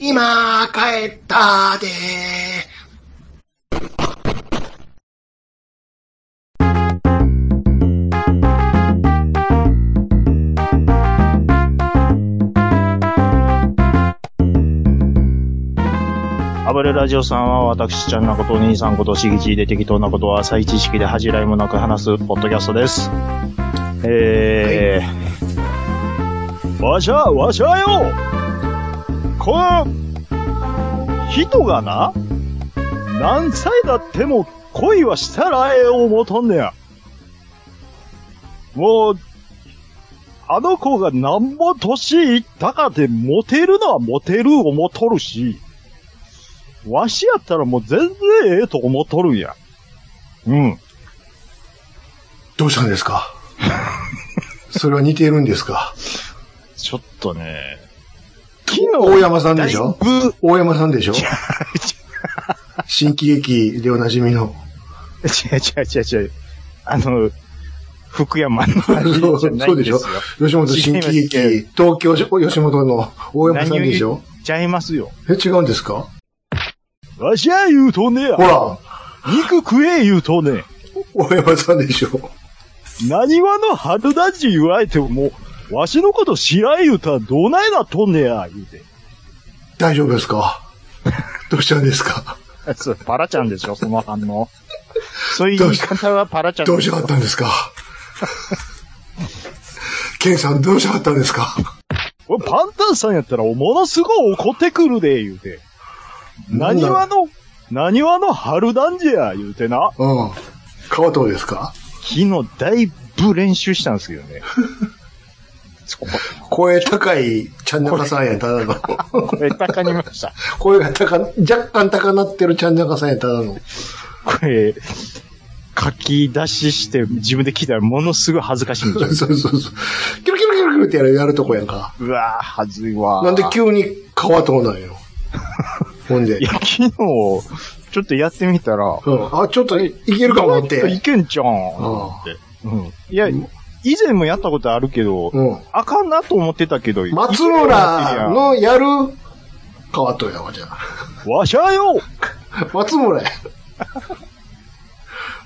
今帰ったで暴れラジオさんは私ちゃんなこと、兄さんこと、しぎちで適当なことは浅い知識で恥じらいもなく話すポッドキャストです。えー、わしゃ、わしゃよこん、人がな、何歳だっても恋はしたらええ思うとんねや。もう、あの子がなんぼ年いったかてモテるのはモテる思うとるし、わしやったらもう全然ええと思っとるんや。うん。どうしたんですかそれは似てるんですかちょっとね、大山さんでしだいょぶ、大山さんでしょ新喜劇でおなじみの。違う違う違う違う。あの、福山の話そうじゃないそんうでですしよょ。吉本新喜劇、違い東京吉本の大山さんでしょちゃいますよ。え、違うんですかわしゃ言うとんねやほ。ら、肉食え言うとんねん。大山さんでしょ何話の春だち言われてももう、わしのこと知らん言うたらどないなっとんねや、言うて。 大丈夫ですか どうしたんですかそうパラちゃんでしょ、その反応。そういう言い方はパラちゃんどうでししょはったんですか ケンさんどうしはったんですか俺、パンタンさんやったら、ものすごい怒ってくるで、言うて。何なんだ話の、何話の春男児や、言うてな。うん。川藤ですか昨日、だいぶ練習したんですけどね。こ声高いチャンナカさんや、ただの。これ、高にました。 声が高、若干高なってるチャンナカさんや、ただの。これ、書き出しして、自分で聞いたら、ものすごい恥ずかしいんですそうよ。そうそう。キュルキュルキュルキュルってやるやるとこやんか。うわぁ、恥ずいわなんで急に川藤なんよ。ほんでいや、。昨日、ちょっとやってみたら、うん。あ、ちょっといいけるかもっいて。けんじゃん、って。うん。いや、以前もやったことあるけど、うん。あかんなと思ってたけど、松いける村ようになってのやる川藤やわ、じゃあ。るやんわしゃよ松村 や。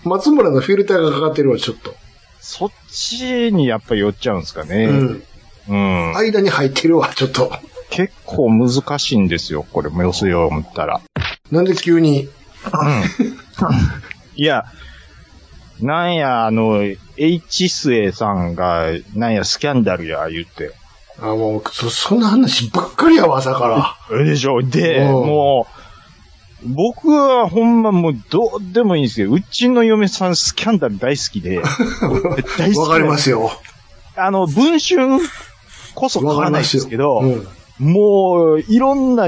松村のフィルターがかかってるわ、ちょっと。そっちにやっぱ寄っちゃうんですかうね。ん。うん。間に入ってるわ、ちょっと。結構難しいんですよ、これ、寄せよう思ったら。なんで急に。いや、なんや、あの、H 末さんが、なんや、スキャンダルや、言って。あ、もう、そ、そんな話ばっかりやわ、朝から。えでしょで、うんもう、僕はほんまもうどうでもいいんですけど、うちの嫁さんスキャンダル大好き で、大。わかりますすよ。あの、文春こそ買わないんですけど、うん。もう、いろんな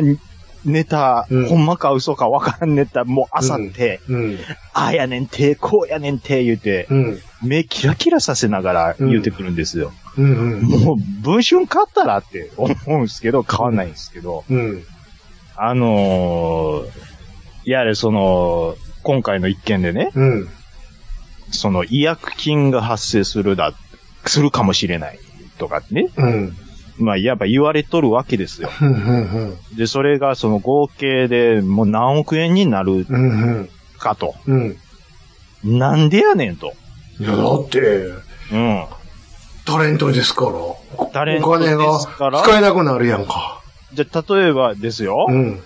ネタ、うんほんまか嘘かわからんネタ、もうあさって、うん。ああやねんて、こうやねんて、言うて、うん。目キラキラさせながら言うてくるんですよ。うん。もう、文春買ったらって思うんですけど、買わないんですけど、うん。あのー、やれ、その、今回の一件でね、うん。その、違約金が発生するだ、するかもしれない、とかね、うん。まあ、いわば言われとるわけですよ。うん。うん。で、それがその合計でもう何億円になるうん。かと。うん。なんでやねんと。いや、だって、うん。タレントですから。タレンおトで金がすから。使えなくなるやんか。じゃ、例えばですよ。うん。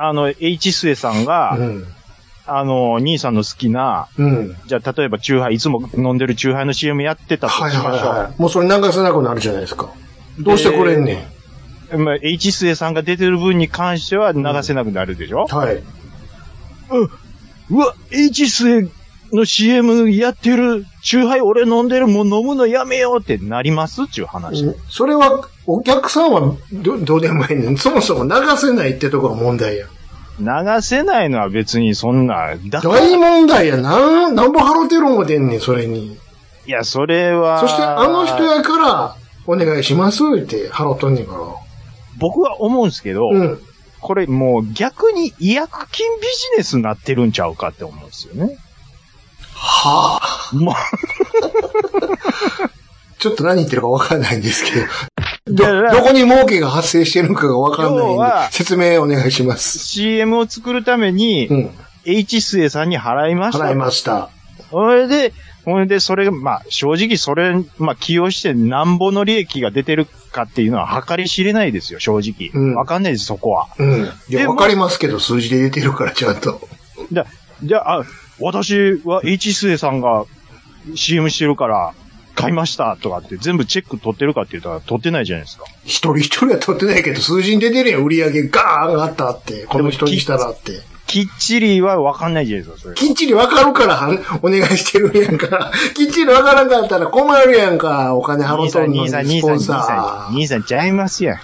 あの、H 末さんが、うん。あの、兄さんの好きな、うん。じゃあ、例えば、チューハイ、いつも飲んでるチューハイの CM やってたとしはまいしょう。はいはい。もうそれ流せなくなるじゃないですか。どうしてくれんねん。まあ、H 末さんが出てる分に関しては流せなくなるでしょ、はい。うわ、H 末の CM やってる、チューハイ俺飲んでる、もう飲むのやめようってなりますっていう話。それは、お客さんはどどうでもいいねん。そもそも流せないってとこが問題や。流せないのは別にそんな、だから大問題や。なん、なんぼ払うてる思てんねん、それに。いや、それは。そして、あの人やから、お願いしますって払っとんねんから。僕は思うんですけど、うん。これもう逆に違約金ビジネスになってるんちゃうかって思うんですよね。はあ。まあ、ちょっと何言ってるかわかんないんですけど。だからど、どこに儲けが発生してるのかがわかんないん要では、説明お願いします。 CM を作るためにう、ん。 H 末さんに払いました。払いました。それで、ほんで、それ、まあ、正直それ、まあ、起用してなんぼの利益が出てるかっていうのは計り知れないですよ、正直。うんわかんないです、そこは。うん。いでや、もわかりますけど、数字で出てるから、ちゃんと。じゃ、じゃあ、あ私は H 末さんが CM してるから、買いましたとかって全部チェック取ってるかって言ったら取ってないじゃないですか。一人一人は取ってないけど、数字に出てるやん、売り上げガーン上がったって。この人にしたらって。きっちりはわかんないじゃないですか、それ。きっちりわかるからはん、お願いしてるやんか。きっちりわからんかったら困るやんか。お金払う兄とさん、んの兄さん、に、ス兄さポん、ン兄さサん、ー。兄さん、ちゃいますやん。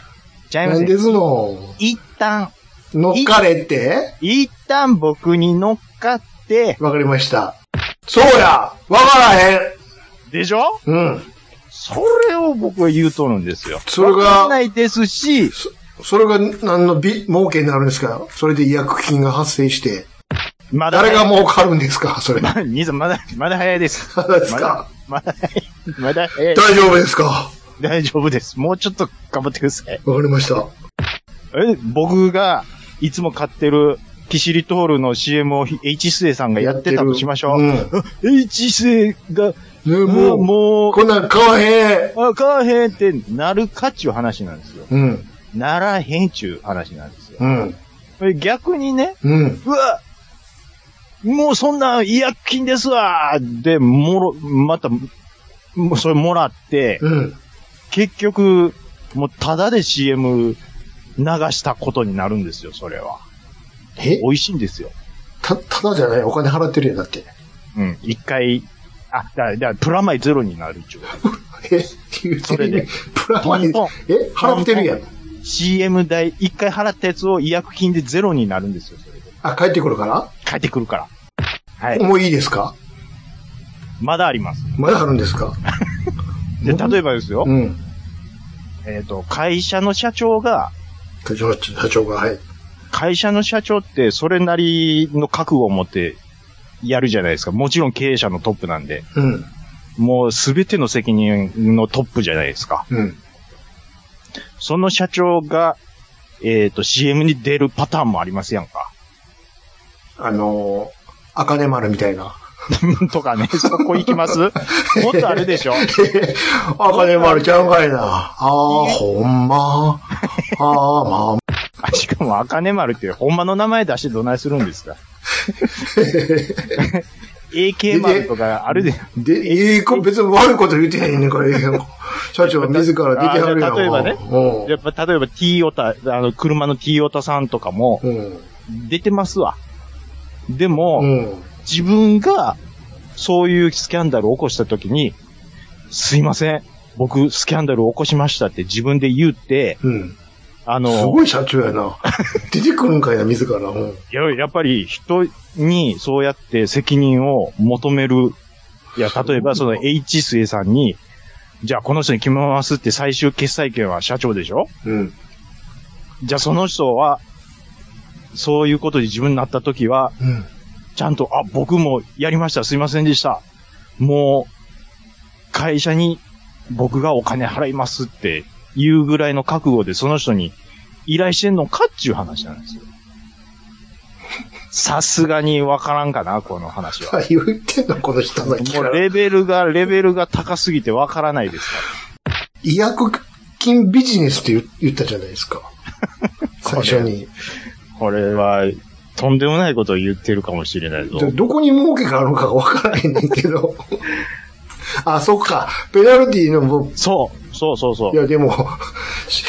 ちゃいまなんすやでん。すの一旦、乗っかれて一旦僕に乗っかって、わかりました。そうやわからへんでしょうん。それを僕は言うとるんですよ。それがわかんないですし、それが何のび儲けになるんですかそれで違約金が発生して。まだ、誰が儲かるんですかそれ。 大う、兄さん、まだ、まだ早いです。まだ ですかまだ、まだ早い、まだ早い。丈夫ですか 大丈夫です。もうちょっと頑張ってください。わかりました。え、僕が、いつも買ってる、キシリトールの CM を H スエさんがやってたとしましょう。うんうん H スエが、ねももう、う、もう、こんなん買わへん。あかんへんってなるかっちゅう話なんですよ。うん、ならへんちゅう話なんですよ。うん、これ逆にね、うん。うわもうそんな違約金ですわで、もろ、また、もうそれもらって、うん。結局、もうただで CM 流したことになるんですよ、それは。え美味しいんですよ。た、ただじゃないお金払ってるやんだって。うん。一回、あ、だだからプラマイゼロになるっちゅうこえっていうそれで。プラマイトントン、え払ってるやん。と CM 代、一回払ったやつを違約金でゼロになるんですよ、それで。あ、帰ってくるから帰ってくるから。はい。もういいですかまだあります。まだあるんですかで、例えばですよう。ん。えっ、と、会社の社長が、社長、社長が、はい。会社の社長ってそれなりの覚悟を持ってやるじゃないですか。もちろん経営者のトップなんで。うん、もうすべての責任のトップじゃないですか。うん。その社長が、えっ、と、CM に出るパターンもありますやんか。 あのー、あかね丸みたいな。とかね、そこ行き ますもっとあるでしょ あかね丸ちゃうんかいな。あー、ほんま。あー、まあ、あしかも、あかね丸って、ほんまの名前出してどないするんです か ?AK 丸とか、あるで、で、ええこ別に悪いこと言ってへんねんから、ええやん 社長自ら出てはるやん。あじゃあ例えばねうんやっぱ、例えば T オタ、あの、車の T オタさんとかも、うん。出てますわ。でも、うん。自分が、そういうスキャンダルを起こした時に、すいません、僕、スキャンダルを起こしましたって自分で言って、うん。あの、すごい社長や な。出てくるんかいな、自ら。うん。いや、やっぱり人にそうやって責任を求める。いや、例えばその H 末さんに、じゃあこの人に決めますって最終決裁権は社長でしょうん。じゃあその人は、そういうことで自分になった時は、うん。ちゃんと、あ、僕もやりました。すいませんでした。もう、会社に僕がお金払いますっていうぐらいの覚悟でその人に依頼してんのかっていう話なんですよ。さすがにわからんかな、この話は。あ、言ってんの、この人さっきもかうらレベルが、レベルが高すぎてわからないですから。違約金ビジネスって言言ったじゃないです か。最初に。これは、とんでもないことを言ってるかもしれないぞ。どどこに儲けがあるのかがわからへんねんけど。 あ、そっか。ペナルティのもそう、そうそうそ。いうや、でも、しし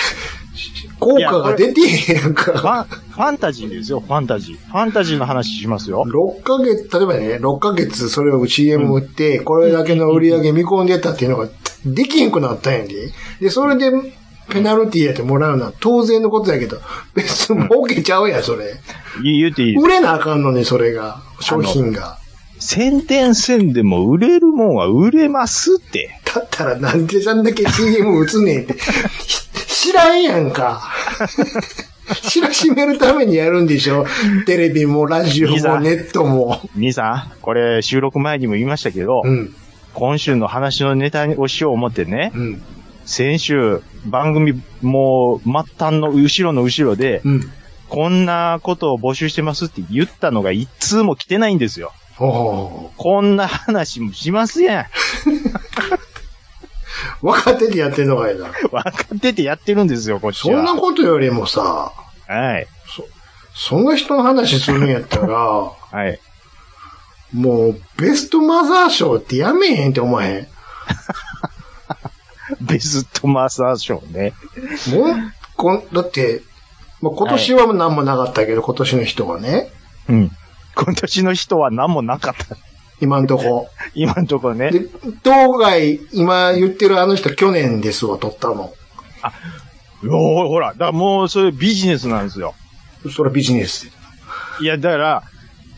効果が出てへんやんフか。ァン、ファンタジーですよ、ファンタジー。ファンタジーの話しますよ。 6ヶ月、例えばね、6ヶ月それを CM 売って、これだけの売り上げ見込んでたっていうのができへんくなったんやで。で、それで、ペナルティーやってもらうのは当然のことやけど、別に儲けちゃうやん、それ。言言っていい売れなあかんのに、それが。商品が。宣伝せんでも売れるもんは売れますって。だったらなんでじゃんだけ CM 打つねんって。知らんやんか。知らしめるためにやるんでしょ。テレビもラジオいいなもネットも。兄さん、これ収録前にも言いましたけど、うん、今週の話のネタをしよう思ってね、うん、先週番組もう末端の後ろの後ろで、うん。こんなことを募集してますって言ったのが一通も来てないんですよ。ほうほうほこんな話もしますやん。う若手でやってんのかいな。分かっててやってるんですよ、こっちそんは。なことよりもさ、はい。そんな人の話するんやったら、はい。もう、ベストマザー賞ってやめへんって思わへん。ベストマザー賞ね。もう、こんだって、まあ、今年は何もなかったけど、今年の人はね、うん。今年の人は何もなかった。今んとこ。今のところね。で、当該、今言ってるあの人去年ですわ、取ったの。おーほら、だからもうそれビジネスなんですよ。それはビジネス。いや、だから、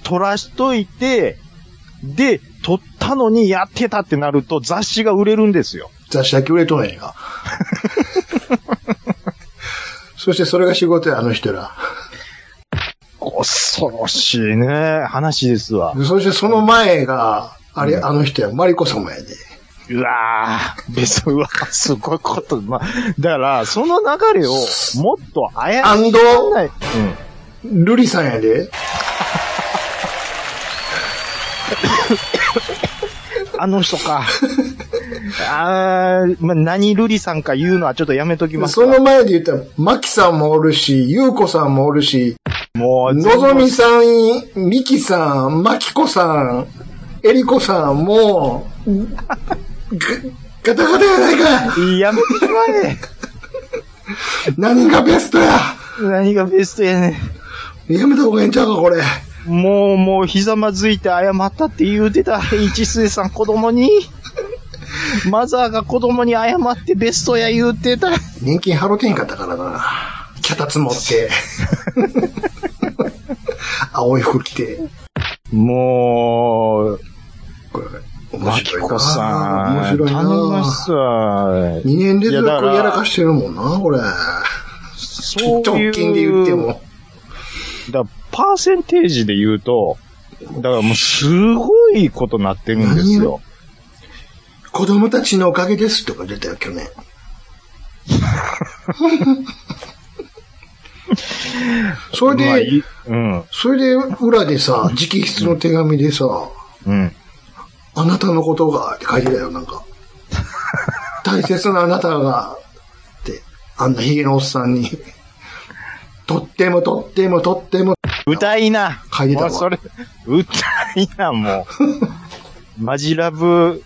取らしといて、で、取ったのにやってたってなると雑誌が売れるんですよ。雑誌だけ売れとんやんか。そしてそれが仕事や、あの人ら。恐ろしいね、話ですわ。でそしてその前が、あれ、あの人や、マリコ様やで。うわぁ、別に、うわぁ、すごいこと。まあ、だから、その流れを、もっと怪しアンド、くない。ルリさんやで。うん。あの人か。 あー、まあ、何ルリさんか言うのはちょっとやめときますかその前で言ったら、マキさんもおるし、ユウコさんもおるし、もう、のぞみさん、みきさん、まきこさん、えりこさん、もう、ガガ タガタやないかやめてしまえ。何がベストや何がベストやねん。やめた方がええんちゃうか、これ。もう、もう、ひざまずいて謝ったって言うてた。一水さん子供に。マザーが子供に謝ってベストや言うてた。年金払ってへんかったからな。脚立持って。青い服着て。もう、これ、面マキ白いな。コさん。面白いな。頼みますわ。 2年連続いやだからやらかしてるもんな、これ。そういう。直近で言って。も。だパーセンテージで言うと、だからもうすごいことなってるんですよ。子供たちのおかげですとか出たよ、去 年。それまあで、いうん。それで裏でさ、直筆の手紙でさ、うん。あなたのことがって書いてたよ、なん か。大切なあなたが、って、あんなヒゲのおっさんに、とってもとってもとっても、歌いな。書いてたもわうそれ、歌いな、もう。マジラブ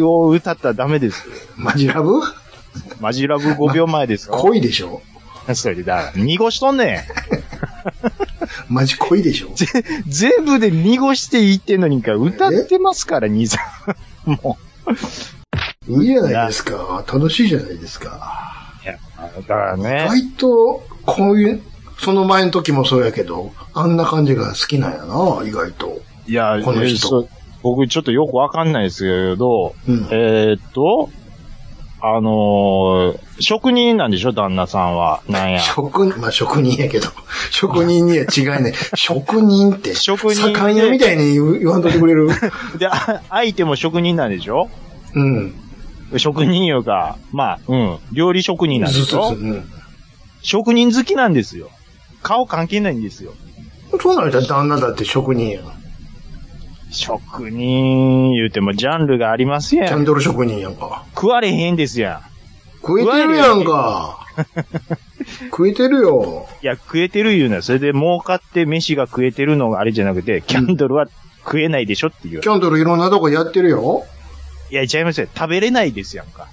を歌ったらダメですよ。マジラブマジラブ5秒 前ですよ。恋でしょそれで、だから、濁しとんねん。マジ恋 でしょ全部で濁して言ってんのにか、歌ってますから、兄さん。もいいじゃないですか。楽しいじゃないですか。う。いや、だからね。割と、こういう、その前の時もそうやけど、あんな感じが好きなんやな、意外と。いや、この人えーそう僕ちょっとよくわかんないですけど、うんえーっと、あのー職人なんでしょ旦那さんは。 なんや。職人、まあ職人やけど、 職人には違い ない。職人って、職人で盛ん屋みたいに言う言わんといてくれ る。で、あ相手も職人なんでしょうん。職人いうか、まあ、うん、料理職人なんでそうしそうそょう。うん職人好きなんですよ。顔関係ないんですよ。そうなると旦那だって職人やん。職人言うてもジャンルがありますキやャん。ンドル職人やんか。食われへんですや食えてるやんか。食えてるよ。ん。いや、食えてる言うな。それで儲かって飯が食えてるのがあれじゃなくて、キャンドルは食えないでしょっていう。キャンドルいろんなとこやってるよ。いや、ちゃいますよ。食べれないですやんか。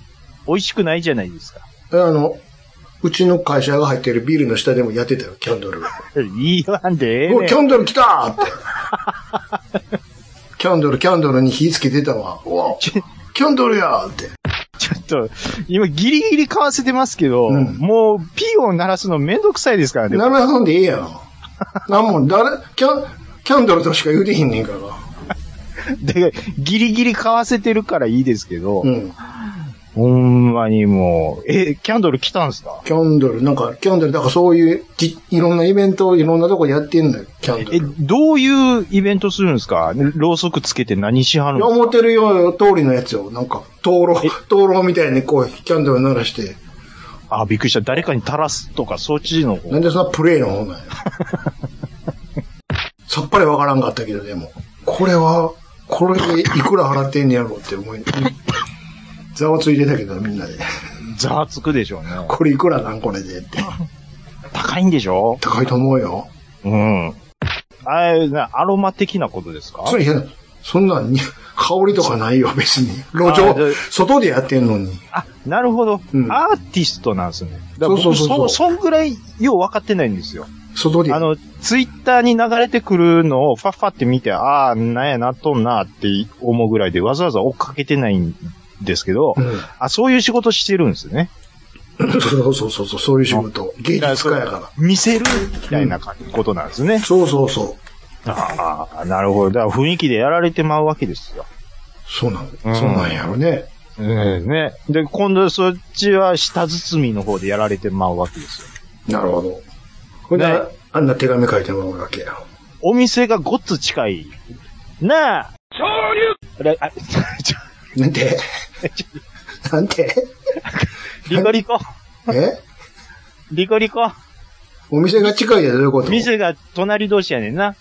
美味しくないじゃないですか。あの、うちの会社が入ってるビルの下でもやってたよ、キャンドル。言わんでええおいねんキャンドル来たーって。 キャンドル、キャンドルに火つけてたわ。おいキャンドルやーって。ちちょっと、今ギリギリ買わせてますけど、うんもうピーを鳴らすのめんどくさいですからね。ならさんでええやろ。なんも、誰、キャン、キャンドルとしか言うてへんねんから。 で、ギリギリ買わせてるからいいですけど、うん。ほんまにもう、え、キャンドル来たんすかキャンドル、なんか、キャンドル、だからそういう、じいろんなイベントをいろんなとこやってんだよ、キャンドル。え、いどういうイベントするんですかろうそくつけて何しはるんや、ですか思ってるよ、通りのやつよ。なんか、灯籠、灯籠みたいにこう、キャンドル鳴らして。あ、びっくりした。誰かに垂らすとか、そっちの方なんでそんなプレイの方な んや。さっぱりわからんかったけど、でも。これは、これでいくら払ってんねやろうって思い、ざわついてたけど、みんなで。ざわつくでしょうね。これいくらなんこれでって。高いんでしょ高いと思うよ。うん。あれな、アロマ的なことですかそれいやそんなんに、香りとかないよ、別に。路あ上で、外でやってんのに。あ、なるほど、うんアーティストなんですね。だから僕そうそうそうそうそそんぐらいよう分かってないんですよ。外で。あの、ツイッターに流れてくるのをファッファって見て、ああ、なんやなっとんなって思うぐらいでわざわざ追っかけてないんですけど、うん。あ、そういう仕事してるんですね。そうそうそうそう、そういう仕事。芸術家やから。見せるみたいなかことなんですね。そうそうそう。ああ、なるほど。だから雰囲気でやられてまうわけですよ。そうなん、うんそうなんやろね。ねね。で、今度そっちは下包みの方でやられてまうわけですよ。なるほど。ほんで、ねあんな手紙書いてもらうわけや。お店がごっつ近い。なあ恐竜あ、 ちょ、なん てなんてリコリコ、えリコリコ。お店が近いでどういうこと店が隣同士やねんな。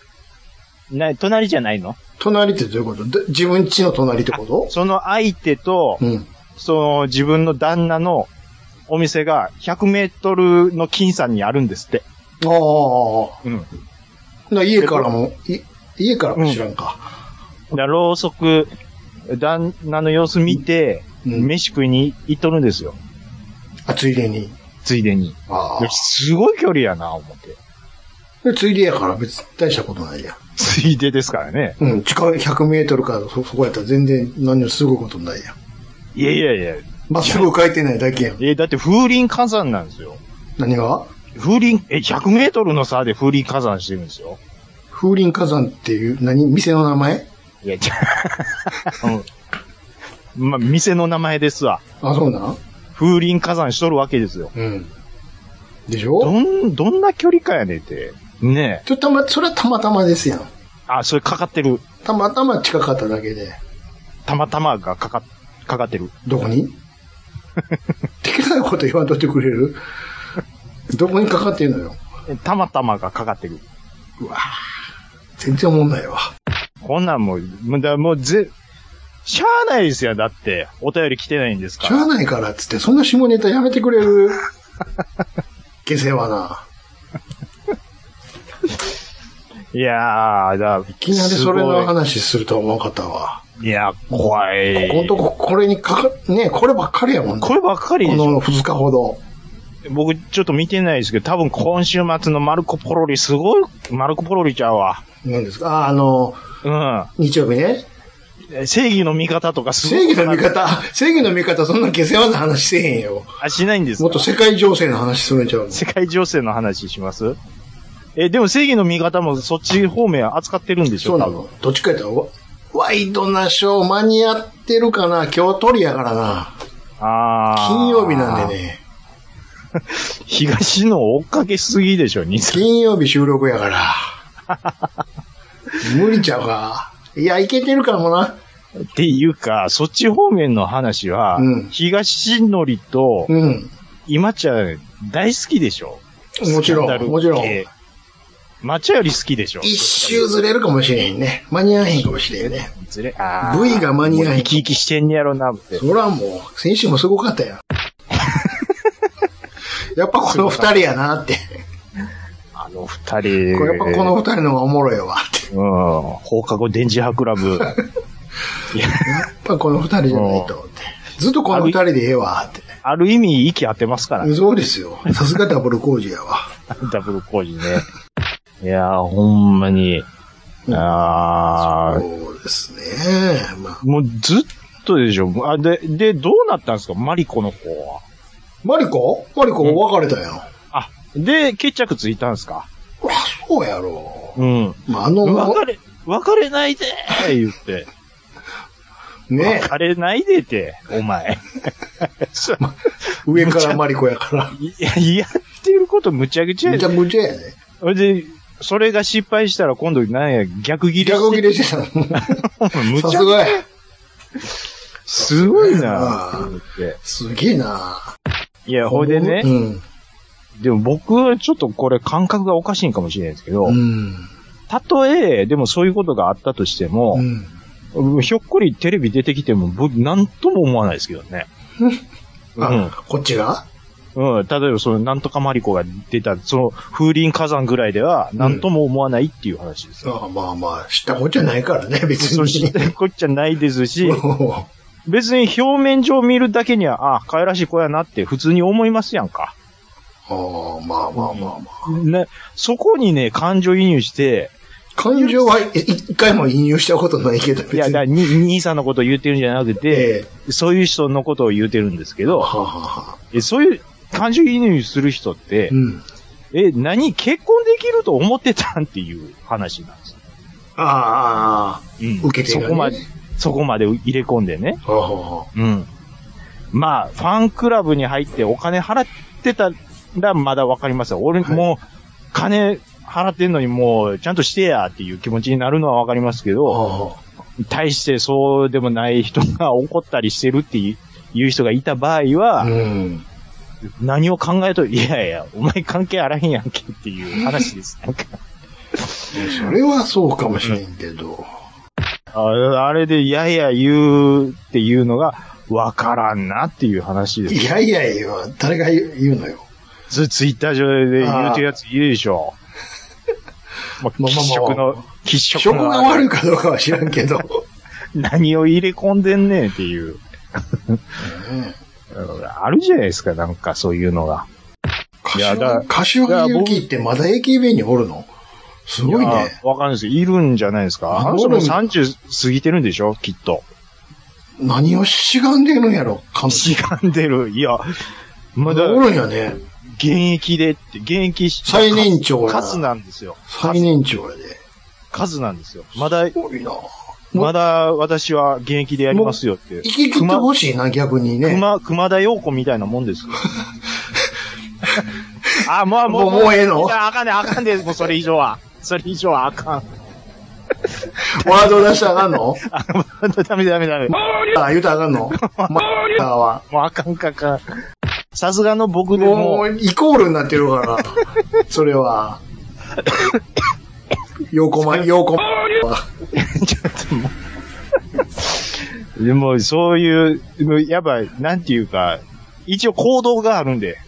な、隣じゃないの隣ってどういうことで自分家の隣ってことその相手と、うん。その自分の旦那のお店が100メートルの金山にあるんですって。ああああ、うん。な家からも、い家からも知らんか。だろうそく、旦那の様子見て、うん飯食いに行っとるんですよ。あ、ついでに。ついでに。ああ。すごい距離やな、思って。でついでやから別に大したことないや。ついでですからね。うん、近い100メートルからそ、そこやったら全然何もすごいことないやん。いやいやいや。まっすぐ書いてないだけやん。え、だって風林火山なんですよ。何が風林、え、100メートルの差で風林火山してるんですよ。風林火山っていう、何店の名前いや、じゃあ、 うん。まあ、店の名前ですわ。あ、そうなん風林火山しとるわけですよ。うん。でしどょん、どんな距離かやねんて。ねえ。ちょ、たま、それはたまたまですやん。あ、それかかってる。たまたま近かっただけで。たまたまがかか、かかってる。どこ に適当なこと言わんとってくれるどこにかかってんのよ。たまたまがかかってる。全然思んないわ。こんなんもう、もうだもうぜ、しゃあないですよ。だって、お便り来てないんですかしゃら。あないからっつって、そんな下ネタやめてくれる下世話な。いやー、だいいきなりそれの話するとは思わんかったわ。いや、怖い。ここのとこ、これにかか、ねこればっかりやもんね。こればっかりでこしょ。の2日ほど。僕、ちょっと見てないですけど、多分今週末のマルコ・ポロリ、すごい、マルコ・ポロリちゃうわ。何ですかあ、あの、う日曜日ね。ん。正義の味方とかすごい正義の味方、正義の味方、そんな下世話な話せへんよ。あ、しないんですもっかと世界情勢の話するんちゃうの世界情勢の話しますえ、でも正義の味方もそっち方面扱ってるんでしそょうな多分。の。どっちかやったらワ、ワイドなショー間に合ってるかな今日取りやからな。あー金曜日なんで。ね。東の追っかけすぎでしょ、兄さん金曜日収録やから。 無理ちゃうか。いや、いけてるかもな。っていうか、そっち方面の話は、うん東のりと、うん。今ちゃん大好きでしょもちろんもちろん。抹茶より好きでしょ一周ずれるかもしれへんね。間に合わへんかもしれんね。ずれ、あー V が間に合わへんもう生き生きしてんねやろな、って。そらもう、先週もすごかった よ。やっぱこの二人やなって。あの二人。これやっぱこの二人の方がおもろいわって。うん。放課後電磁波クラ ブ。やっぱこの二人じゃないとって。ずっとこの二人でええわって。ある意味、息合ってますからね。そうです よ。さすがダブル工事やわ。ダブル工事ね。いやー、ほんまに。あーそうですね。まあ、もうずっとでしょ。あ、で、で、どうなったんですかマリコの方は。マリコマリコ別れたやん。あ、あ、で、決着ついたんですかそうやろ。うん。まあ、あの、別れ、別れないでー言って。ね、別れないでて、お 前。そう上からマリコやから。いや、やってることむちゃくちゃむやちゃむちゃやね。それで、それが失敗したら今度なんや、逆ギレ逆切して。れしてた むさちすゃがや。すごいなあぁと思って。すげえな。いや、ほいでねう、ん。でも僕はちょっとこれ感覚がおかしいんかもしれないですけどう、ん。たとえ、でもそういうことがあったとしてうも、ん。ひょっこりテレビ出てきても、僕、なんとも思わないですけど ね。うんあ、こっちがうん、例えば、その、なんとかマリコが出た、その、風林火山ぐらいでは、なんとも思わないっていう話ですよ。あまあまあ、知ったこっちゃないからね、別 そしに。て、こっちゃないで す し、うん別に表面上見るだけには、あ、可愛らしい子やなって普通に思いますやんか。ああ、まあまあまあまあ。ね、そこにね、感情移入して、感情はい一回も引用したことないけど、別いに。や、だからに兄さんのことを言ってるんじゃなくて、えそういう人のことを言ってるんですけえはど、あ、はあはあ、えそういう感情移入する人ってう、ん。え、何結婚できると思ってたんっていう話なんですよ。ああああ、うん受け手そがねこまで、そこまで入れ込んでね。はあはあはあ。うん。まあ、ファンクラブに入ってお金払ってたらまだわかりますよ。俺、はいもう、金払ってんのにもう、ちゃんとしてやっていう気持ちになるのはわかりますけど、ああ対してそうでもない人が怒ったりしてるっていう、いう人がいた場合は、うん。何を考えと、いやいや、お前関係あらへんやんけっていう話です。なんかそれはそうかもしれんけど。 ああれで、いやいや言うっていうのが、わからんなっていう話ですい。やいやいや、誰が言う言うのよ。ツツイッター上で言うてるやついるでし ょ。まあ、まあまあまあ喫食の、喫食食の。が悪いかどうかは知らんけど。何を入れ込んでんねんっていう。うんあるじゃないですか、なんかそういうのが。いやだ柏柏木由紀ってまだ AKB におるのすごいやね。わかんないですいるんじゃないですか。あの人も30過ぎてるんでしょきっと。何をしがんでるんやろ、彼女。違んでる。いや、まだおるんやね。現役でって、現役し最年長や。数なんですよ。最年長やで。数なんですよ。まだす、ごいな。まだ私は現役でやりますよっ生て。き切ってほしいな、逆にね。熊、熊田陽子みたいなも んですよ。あ、もう、もう、もうもうええのいやあかんねん、あかんねん、もうそれ以上は。それ以上はあかん。ワード出したらあかんのあの、ほんとダメダメダメ。もあ、言うたらあかんのマッターは。うあかんかあかん。さすがの僕でもも、う、イコールになってるから。 それは。横ま、横ま。ちょっともう。でも、そういう、もうやっぱ、なんていうか、一応行動があるんで。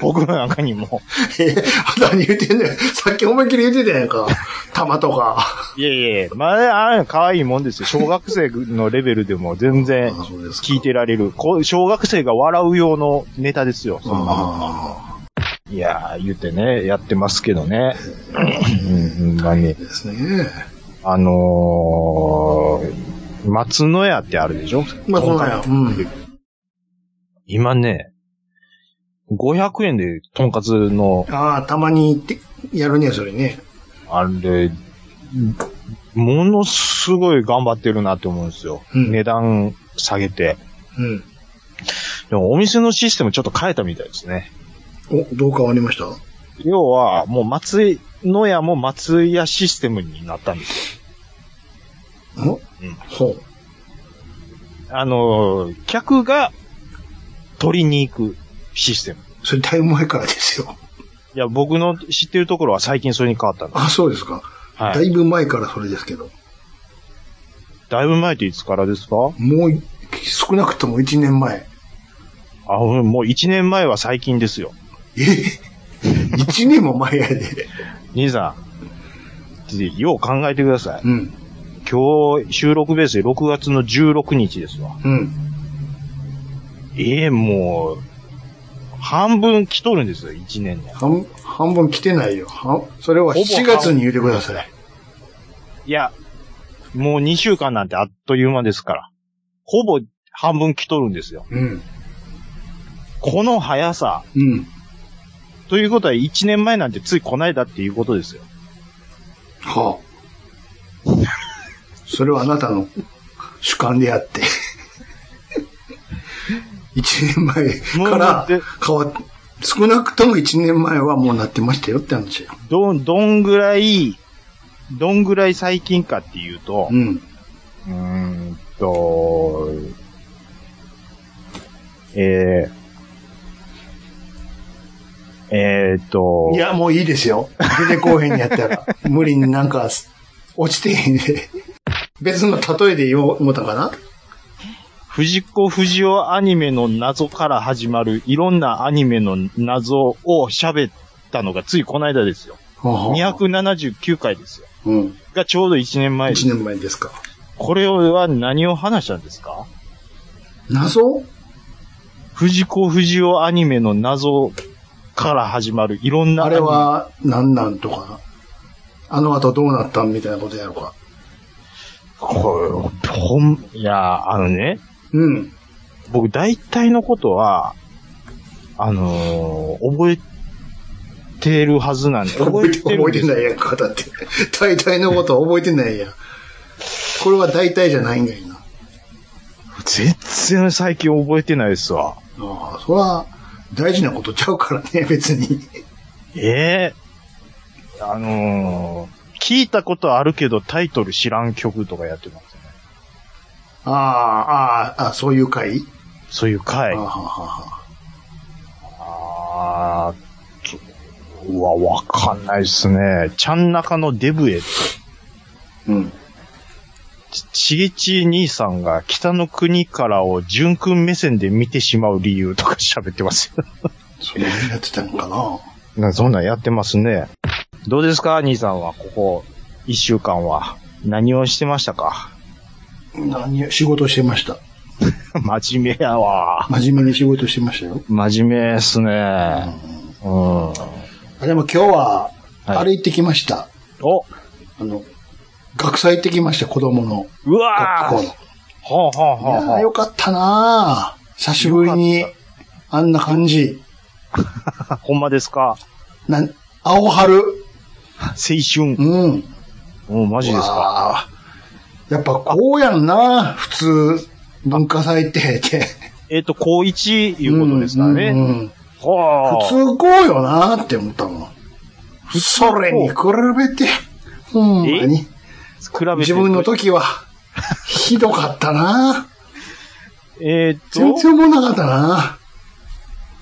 僕の中にも。え、何言ってんねん。さっき思いっきり言ってたやんか。玉とか。いやいやいやまあ、あれ、可愛いもんですよ。小学生のレベルでも全然あそうですか聞いてられる。こう小学生が笑う用のネタですよ。そんなのあいやー、言ってね、やってますけどね。うん、ほんまにあ。。ですね。あのー、松の屋ってあるでしょまあ、そんなんや。うん。今ね、500円で、とんかつの、ああ、たまにって、やるね、それね。あれ、ものすごい頑張ってるなって思うんですよ。うん値段下げて。うん。でもお店のシステムちょっと変えたみたいですね。お、どう変わりました要は、もう松野屋も松屋システムになったんですよ。んうん。そう。あのー、客が取りに行くシステム。それだいぶ前からですよ。いや、僕の知ってるところは最近それに変わったんだ。あ、そうですか。はだい。いぶ前からそれですけど。だいぶ前っていつからですかもう、少なくとも1年前。あ、うんもう1年前は最近ですよ。え ?1 年も前やで。兄さん、よう考えてください。うん。今日、収録ベースで6月の16日ですわ。うん。ええもう、半分来とるんですよ、1年で。半、半分来てないよ。はそれはほぼ7月に言ってください。いや、もう2週間なんてあっという間ですから。ほぼ半分来とるんですよ。うん。この速さ。うん。ということは1年前なんてついこないだっていうことですよ。はあ。 それはあなたの主観であって。 一年前かもらうだって変わっ少なくとも一年前はもうなってましたよって話よ。どん、どんぐらい、どんぐらい最近かっていうとう、ん。うーんと、えー、えー、とい、や、もういいですよ。出てこうへんにやったら。 無理になんか落ちてへんで。別の例えで言おう思ったかな藤子不二雄アニメの謎から始まるいろんなアニメの謎を喋ったのがついこの間ですよ。 200。 279回ですよ。うん。がちょうど1年前です1年前ですか。これは何を話したんですか謎藤子不二雄アニメの謎から始まるいろんなあアニメれは何なんとか。あの後どうなったんみたいなことやろうか。これほん、いや、あのね、うん。僕大体のことは、あのー覚えてるはずなんで、 覚えてるん覚えてですよないやんか、だって。 大体のことは覚えてないやん。これは大体じゃないんがいな。全然最近覚えてないですわ。ああ、それは大事なことちゃうからね、別に。ええあのー聞いたことあるけどタイトル知らん曲とかやってますね。ああ、ああ、あそういう回、そういう回ああ。ははあーちょうわ、わかんないっすね。ちゃん中のデブエ、うん。ちちげち兄さんが北の国からを純君目線で見てしまう理由とか喋ってますよ。そんなにやってたのかな。なそんなんやってますね。どうですか兄さんは、ここ、一週間は。何をしてましたか 何、仕事してました。真面目やわ。真面目に仕事してましたよ。真面目っすね。うん。あ、でも今日は、はいあれ行ってきました。おあの、学祭行ってきました、子供のうわ学校のー。ほうほうほういやほーうよかったなー久しぶりに、あんな感じ。あほんまですかなん、青春。青春。うん。うん、マジですかわーやっぱこうやんな普通、文化祭って、って。えっ、と、高一いうことですからね。うんうんうんはあ。普通こうよなって思ったもん。それに比べて、ほんまに。比べて。自分の。時は、ひどかったなえっ、全と、然思わなかったな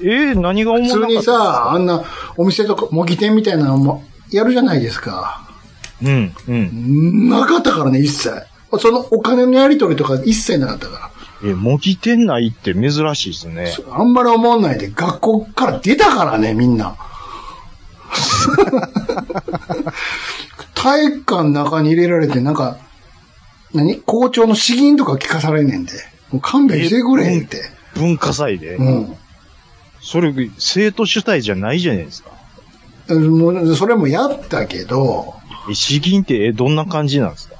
えー何が思う普通に、さ、あんなお店とか模擬店みたいなのもやるじゃないですか。うん、うん。なかったからね、一切。そのお金のやり取りとか一切なかったかえー、模擬店内って珍しいですね。ら。あんまり思わないで、学校から出たからね、みんな。体育館の中に入れられて、なんか、何校長の詩吟とか聞かされんねんで。もう勘弁してくれって。文化祭で。うん。それ、生徒主体じゃないじゃないですか。もうそれもやったけど、え、詩吟って、えーどんな感じなんですか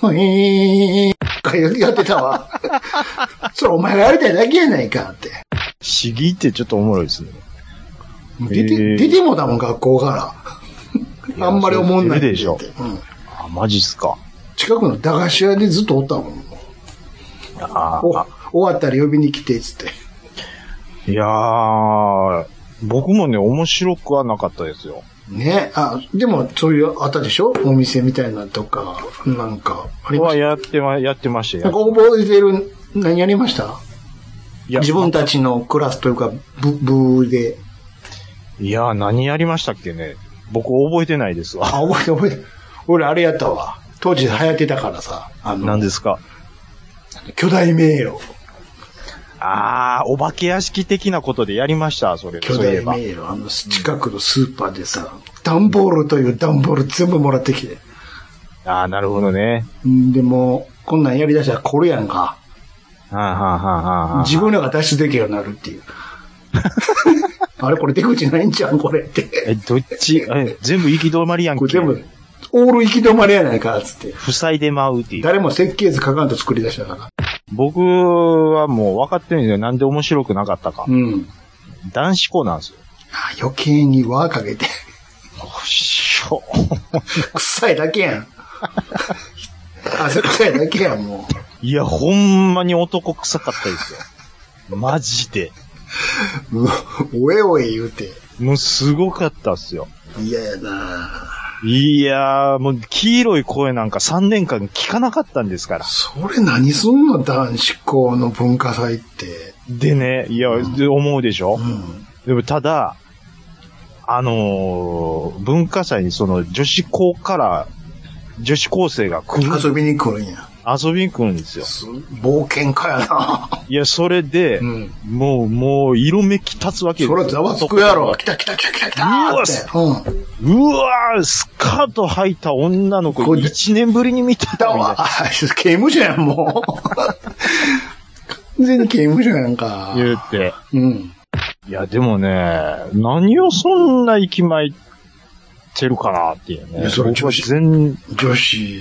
ふいーんとかやってたわ。それお前がやりたいだけやないかって。詩吟ってちょっとおもろいですね。もう出えーて、出てもだもん、学校から。あんまり思んないって言って出うんあ、マジっすか。近くの駄菓子屋でずっとおったもん。あおあ。終わったら呼びに来て、つって。いやー、僕もね、面白くはなかったですよ。ねあ、でも、そういう、あったでしょお店みたいなとか、なんか、ありまはしやってま、やってましたた。よなん。か覚えてる、何やりましたいや自分たちのクラスというか、部、部で。いやー、何やりましたっけね。僕覚えてないですわ。 あ、覚えてる覚えてる。俺、あれやったわ。当時流行ってたからさ、あ何の、ですか巨大迷路。あー、お化け屋敷的なことでやりました、それ。巨そういえ大ば。迷路、あの、近くのスーパーでさ、段ボールという段ボール全部もらってきて。あー、なるほどね。んでも、こんなんやりだしたらこれやんか。はあ、はあはあはあ、自分らが脱出できるようになるっ ていう。あれこれ出口ないんじゃんこれって。え、どっち、え、全部行き止まりやんこけ。れ全部、オール行き止まりやないか、つって。塞いでまうっていう。誰も設計図書かんと作り出したから。僕はもう分かってるんですよ。なんで面白くなかったか。うん。男子校なんですよ。あ余計に輪かけて、 しょ。臭いだけやん。 汗臭いだけやん、もいや、ほんまに男臭かったです よ。マジで。う。うおえおえ言うて。もうすごかったっすよ。嫌やないやー、もう黄色い声なんか3年間聞かなかったんですから。それ何すんの男子校の文化祭って。でね、いや、で思うでしょうん。でもただ、あのー文化祭にその女子校から女子高生が来る、遊びに来るんや。遊びに来るんですよ。す冒険家や な。いや、それで、うん。もう、もう、色めき立つわけそれざわつくやろ。来た来た来た来た来たーって。うん。うわー、スカート履いた女の子、これ1年ぶりに見だたみたいわ。 なあ刑務所やん、もう。 完全に刑務所やんか。言うて。うん。いや、でもね、何をそんな息巻いてるかなっていういね。やそれ僕女は子全、女子。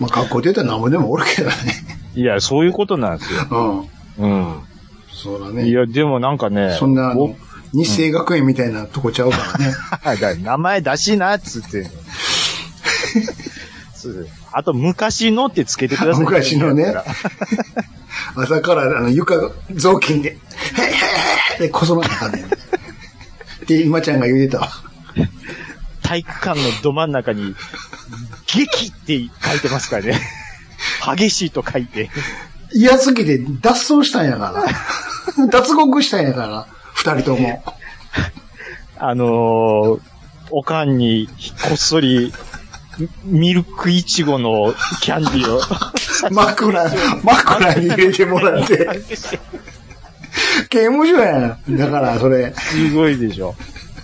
まあ、学校出たら何もでもおるけどね。いや、そういうことなんですよ。うん。うん。そうだいね。や、でもなんかね、そんな、あ僕の、日生学園みたいなとこちゃうからね。はいだから名前出しな、っ つって。そうあと、昔のってつけてください。昔のね朝から、あの、床が、雑巾で、はいはいはいはいで、こそばなあかん ねん。で、今ちゃんが言うてたわ。体育館のど真ん中に、激って書いてますからね。激しいと書いて。嫌すぎて脱走したんやから。脱獄したんやから、二人とも。あのー、おかんに、こっそり、ミルクイチゴのキャンディーを。枕、枕に入れてもらって。刑務所やん。だから、それ、 すごいでしょ。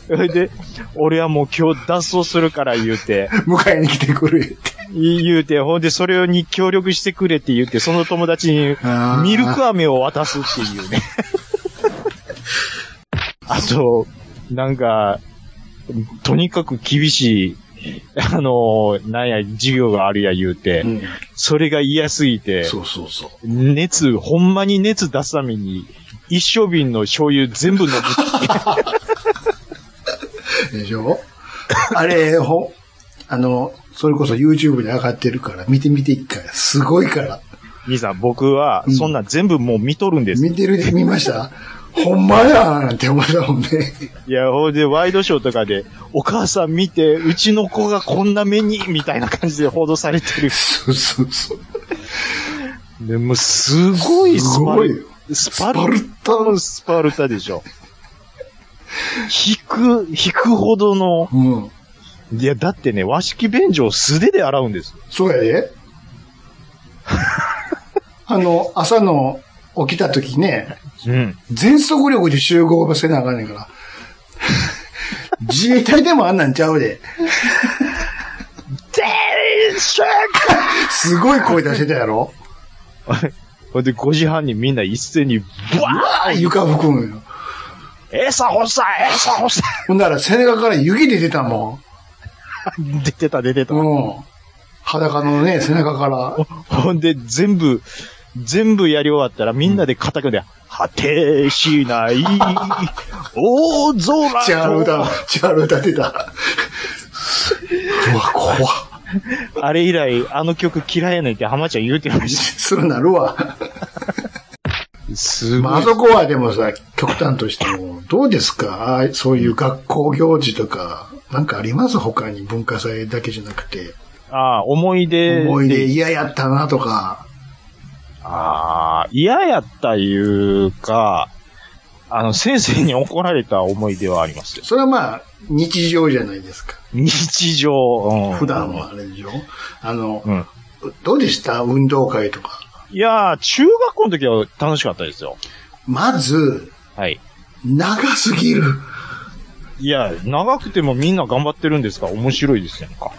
それで、俺はもう今日脱走するから言うて、迎えに来てくるって。言うて、ほんでそれに協力してくれって言って、その友達にあーミルク飴を渡すっていうね。 あと、なんか、とにかく厳しい、あの、なんや、授業があるや言うて、うん。それが嫌すぎて、そうそうそう。熱、ほんまに熱出すために、一升瓶の醤油 全部飲む。でしょあれ、ほ、あの、それこそ YouTube で上がってるから、見てみて一回。すごいから。兄さん、僕は、そんなん全部もう見とるんです。見てる、見ましたほんまやんって思ったもんね。いや、ほんで、ワイドショーとかで、お母さん見て、うちの子がこんな目に、みたいな感じで報道されてる。そうそうそう。でも、すごいスパルすスパパルルタタの、のスパルタでしょ。引く、引くほどの、うん。いや、だってね、和式便所を素手で洗うんです。そうやで。 あの、朝の起きた時ね、うん。全速力で集合せなあかんねんから。自衛隊でもあんなんちゃうで。でしょすごい声出してたやろほんで、5時半にみんな一斉に、ブワああ、床拭くんよ。ー餌欲しい餌欲しいほんなら背中から湯気出てたも出てた、出てん。た。うん。裸のね、背中から。ほんで、全部、全部やり終わったらみんなで固くで、果てしない、大違空う歌、違う歌ってた。うわ、怖っ。あれ以来、あの曲嫌いやねんって浜ちゃん言うてましするなるわ。た。すまあ、あごい。そこはでもさ、極端としても、どうですかああそういう学校行事とか、なんかあります他に文化祭だけじゃなくて。ああ、思い出。思い出嫌やったなとか。ああ、嫌やったいうか、あの、先生に怒られた思い出はありますよ。それはまあ、日常じゃないですか。日常。うん普段はあれでしょあの、うん。どうでした運動会とか。いやー、中学校の時は楽しかったですよ。まず、はい。長すぎる。いや、長くてもみんな頑張ってるんですから面白いですやんか。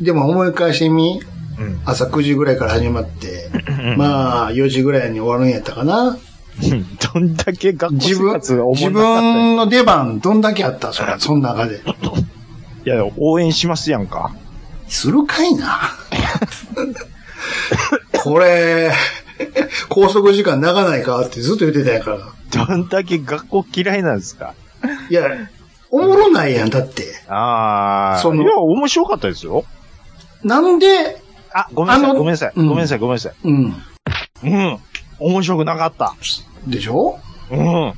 でも思い返してみ、うん。朝9時ぐらいから始まっ て、まあ4時ぐらいに終わるんやったかな。 どんだけ学校自生分、活が自思んなかったんや分の出番どんだけあったそら、その中で。いや、 応援しますやんか。するかいな。これ、拘束時間長ないかってずっと言ってたんやから。どんだけ学校嫌いなんですかいや、おもろないやん、だって。ああ。そのいや、面白かったですよ。なんで、あ、ごめんなあさい、のごめんなさい、うんごめんなさい、ごめんなさい。うん。うん。面白くなかった。でしょうん。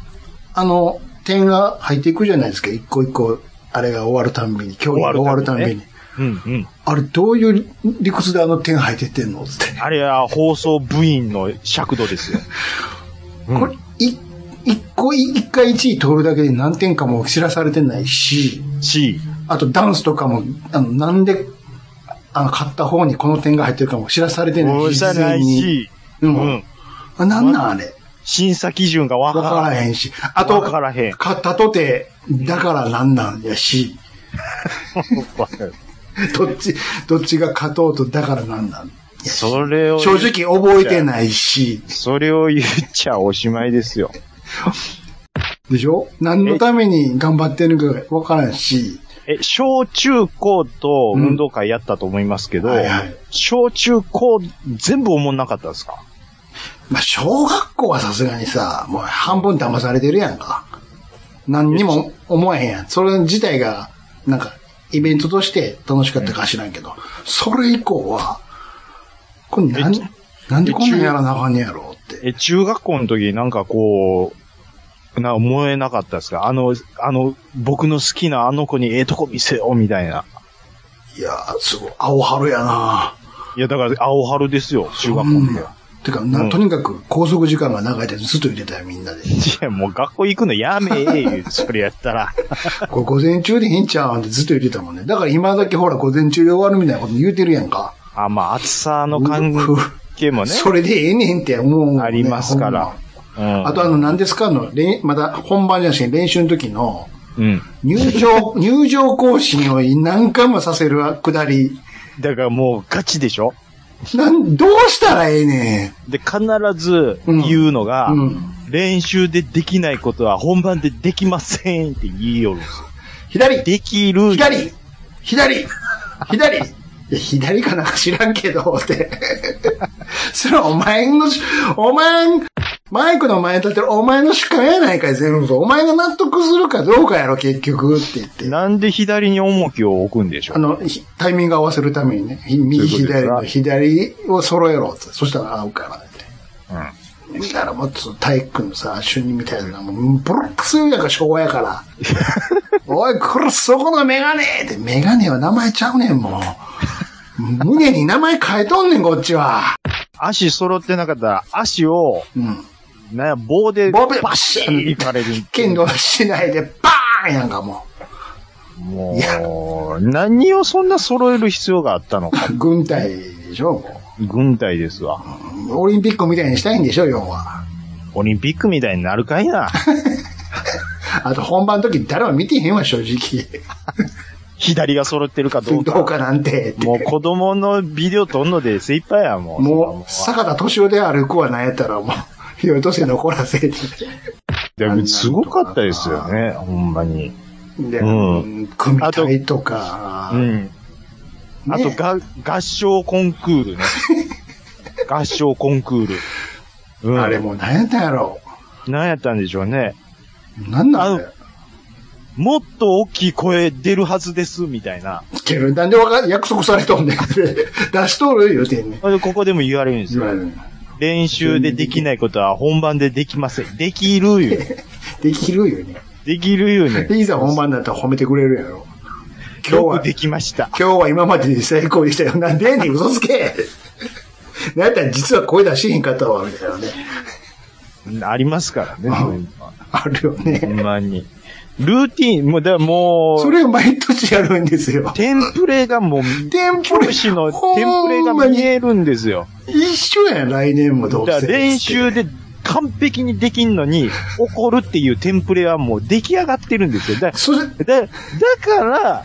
あの、点が入っていくじゃないですか、一個一個、あれが終わるたんびに、競技が終わるたんびに。終わるたんびにうん、うん。あれ、どういう理屈であの点入ってってんのつって。あれは放送部員の尺度ですよ。 うんこれ、い、一個、一回一位取るだけで何点かも知らされてないし、 C。あとダンスとかも、あの、なんで、あの、買った方にこの点が入ってるかも知らされてないおし、しゃ事な前いに。し、う。うんん。あなんなんあれ。審査基準がわかわらかならい。へんし。あと、わからへん買ったとて、だからなんなんやし、 わかるどっち、どっちが勝とうとだからなんなん。 それを、正直覚えてないし、それを言っちゃおしまいですよ。でしょ何のために頑張ってるのかわからんし、え、小中高と運動会やったと思いますけど、はいはい小中高全部おもんなかったですかまあ、小学校はさすがにさ、もう半分騙されてるやんか。何にも思えへんやん。それ自体が、なんか、イベントとして楽しかったかは知らんけど、それ以降は、これなんえち、なんでこんなんやらなあかんねやろうって。え、中学校の時なんかこう、な、燃えなかったですかあの、あの、僕の好きなあの子にええとこ見せようみたいな。いやー、すごい、青春やないや、だから青春ですよ、中学校うのん時は。。てか、なうんとにかく拘束時間が長いってずっと言ってたよ、みんなで。いや、もう学校行くのやめえ言うて、それやっ たら。これ午前中でいいんちゃうんってずっと言ってたもんね。だから今だけほら午前中で終わるみたいなこと言うてるやんか。あ、まあ、暑さの関係もね。それでええねんって思うもんね、ありますからほんうんま。あとあの何ですかあの、れんまだ本番じゃなしに練習の時のうん。入場、 入場更新を何回もさせるくだり。だからもうガチでしょなん、どうしたらええねで、必ず言うのが、ん。うん。練習でできないことは本番でできませんって言いよるんですよ。左できる。左左左 いや、左かなん か知らんけど、って。 それはお前のし、お前、マイクの前に立ってるお前の主観やないかい、全部。お前が納得するかどうかやろ、結局、って言って。なんで左に重きを置くんでしょあうの、ひタイミング合わせるためにね、ひ右、そういうことです左かの左を揃えろ、って。そしたら合うから、って。うん。だからもう、その体育のさ、主任みたいなのもう、ボロックスなんか昭和やから。おい、これ、そこのメガネって、メガネは名前ちゃうねん、もう。胸に名前変えとんねん、こっちは。足揃ってなかったら、足を、うん。な棒で、ボブでバシーンいかれる。剣道しないで、バーンやんか、もいやもう、何をそんな揃える必要があったのか。う。軍隊でしょ、も軍隊ですわ。う。オリンピックみたいにしたいんでしょ、要は。オリンピックみたいになるかいな。あと、本番の時誰も見てへんわ、正直。左が揃ってるかどどううかか。なんてって。もう子供のビデオ撮んので精一杯や、もう。もう、坂田敏夫で歩くはなんやったらもう、ひどい年残らせて。でもすごかったですよね、ほんまに。で、うん組体とか、うん。あと、ねが、合唱コンクー ルね。合唱コンクール。うん。あれもなんやったんやろ。何やったんでしょうね。なんなんだよ。もっと大きい声出るはずです、みたいな。けど、なんでわか約束されとんねんって。 出しとる言うてんねん。ここでも言われるんです言わよ。れる練習でできないことは本番でできません。できるよ。できるよね。できるよ ね。で、いざ本番だったら褒めてくれるやろ。今日よはく、できました。今日は今までで成功でしたよ。なんでやねん、嘘つけ。なんやったら実は声出しへんかったわ、みたいなね。ありますからね、そういうのはあるよほんね。まに。ルーティン、もう、だからも、そうれを毎年やるんですよ。テンプレがもう、テンプレ教師のテンプレが見えるんですよ。一緒やん、来年もどうだからせ。練習で完璧にできんのに、怒るっていうテンプレはもう出来上がってるんですよ。だそれ、だだから、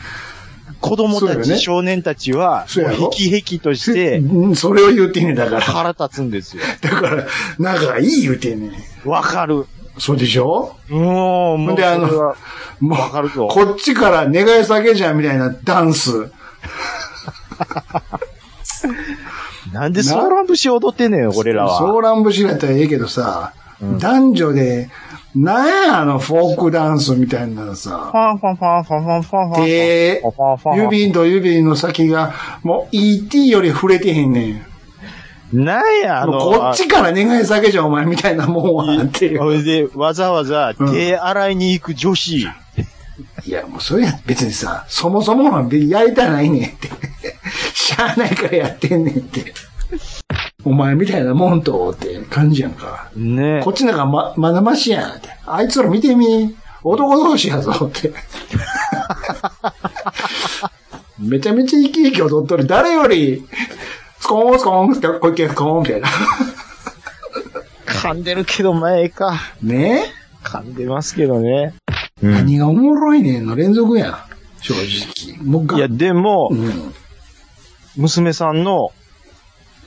子供そうだたよち、ね少年たちは、そうやろへきへきとして、うんそれを言うてんねん、だから。腹立つんですよ。だから、仲いい言うてんねん。わかる。そうでしょもう、もほうんで、あそれはの、もわかるぞう、こっちから願い下げじゃんみたいなダンス。なんでソーラン節踊ってんねんよ、俺らソは。ーラン節だったらええけどさ、男女で、なんやあのフォークダンスみたいなさフ、ァンファンファンファンファンファンファン。手ファンファンファン。指と指の先が、もう ET より触れてへんねん。なんや、あの。もうこっちから願い下げじゃんお前みたいなもんはっていう。それで、わざわざ手洗いに行く女子。いや、もうそれや、別にさ、そもそものやりたないねんって。しゃあないからやってんねんって。お前みたいなもんと、って感じやんか。ねこっちなんかま、まだましやんって。あいつら見てみ。男同士やぞって。 めちゃめちゃ生き生き踊っとる。誰より、スコーンスコーンスコーン、こいけスコーンみたいな。噛んでるけど、前か。ねえ噛んでますけどね。何がおもろいねんの連続やん。正直。もうがいや、でも、うん。娘さんの、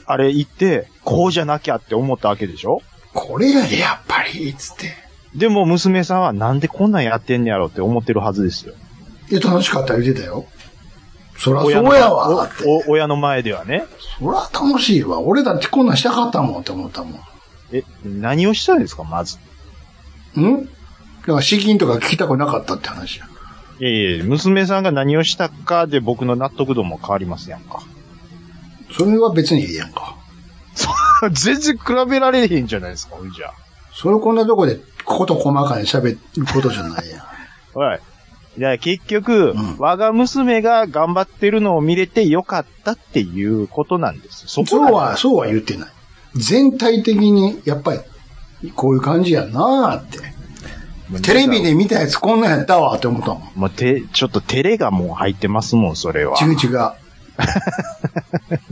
あれ行って、こうじゃなきゃって思ったわけでしょこれやで、やっぱり、つって。でも娘さんはなんでこんなんやってんねやろって思ってるはずですよ。いや、楽しかったら言ってたよ。そらそう親のやわ、って。おお親の前ではね。そら楽しいわ。俺だってこんなんしたかったもんって思ったもん。え、何をしたんですか、まず。んだから資金とか聞きたくなかったって話や。いやいや、娘さんが何をしたかで僕の納得度も変わりますやんか。それは別にいいやんか。 全然比べられへんじゃないですか、ほいじゃあ。それこんなとこで、こと細かに喋ることじゃないやん。はい。じゃあ結局、うん我が娘が頑張ってるのを見れてよかったっていうことなんです。そこそなんうですは、そうは言ってない。全体的に、やっぱり、こういう感じやなーって。テレビ。で見たやつこんなんやったわって思ったもん。もうて、ちょっと照れがもう入ってますもん、それは。違う違 う。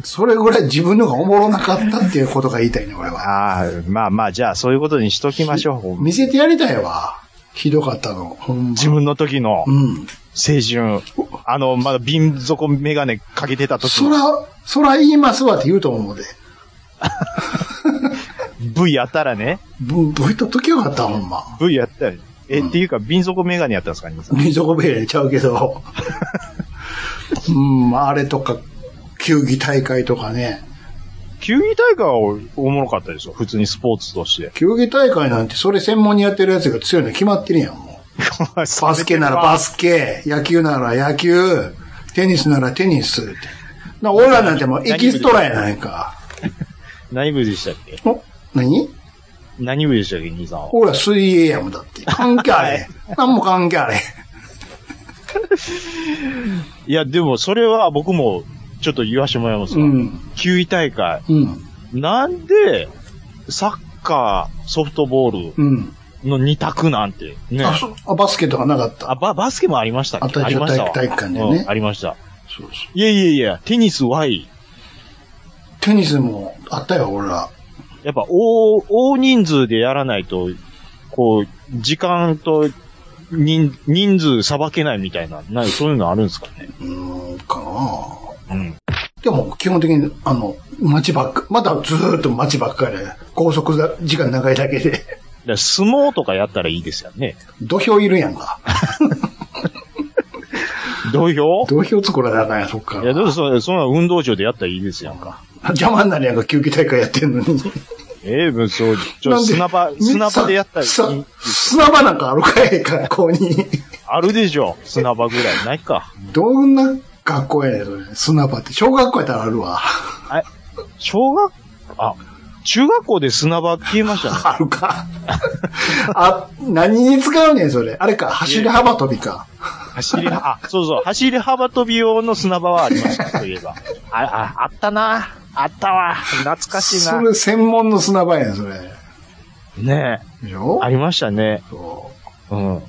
それぐらい自分のがおもろなかったっていうことが言いたいね、俺は。ああ、まあまあ、じゃあそういうことにしときましょう。見せてやりたいわ。ひどかったの。ほんま自分の時のうん。青春。あの、まだ瓶底メガネかけてた時そのら、そら言いますわって言うと思うで。 V やったらね。ぶ、ぶいとっときゃよかった、ほんま。 V やったら。え、っていうか、瓶底メガネやったんですか、兄さん。水底部屋にちゃうけ ど。うん、あれとか、球技大会とかね。球技大会はおおもろかったでしょ普通にスポーツとして。球技大会なんてそれ専門にやってるやつが強いの決まってるやん、もう。ババスケならバスケ、野球なら野球、テニスならテニスって。な俺らなんてもうエキストラやないか。 何部でしたっけお、何何部でしたっけ、兄さんは。俺ら水泳やもんだって。関係あれ。なんも関係あれ。いや、でも、それは僕も、ちょっと言わしてもらいますうわ。ん。球技大会。うん。なんで、サッカー、ソフトボーうん。ルの二択なんて、ね。あ、そう、あバスケとかなかった。あ、ば、バスケもありましたっけあったでしょりましたわ体育体育館でねうんありました。そうそう。いやいやいや、テニス Y。テニスもあったよ、俺ら。やっぱ、大、大人数でやらないと、こう、時間と、人、人数さばけないみたいな、なそういうのあるんですかね。うーん、かなうん。でも、基本的に、あの、街ばっか、まだずーっと街ばっかりで、高速だ時間長いだけで、 で相撲とかやったらいいですよね。土俵いるやんか。土俵土俵作らなあかんやん、そっかいや、ら。どうぞ、そそんな運動場でやったらいいですやんか。邪魔になるやんか、球技大会やってんのに。ええもうそう、ちょ、なんで砂場、砂場でやったらいさい。さ砂場なんかあるかい学校に。あるでしょ。砂場ぐらい。ないか。どんな学校やねん、それ。砂場って。小学校やったらあるわ。 小学、あ、中学校で砂場消えましたね。あるか。あ、何に使うねん、それ。あれか、走り幅跳びか。走り、あ、そうそう、走り幅跳び用の砂場はありました、といえば。あ、あ、あったな。あったわ。懐かしいそな。れ専門の砂場やん、それ。ねでしえ、ょありましたね。そううん。っ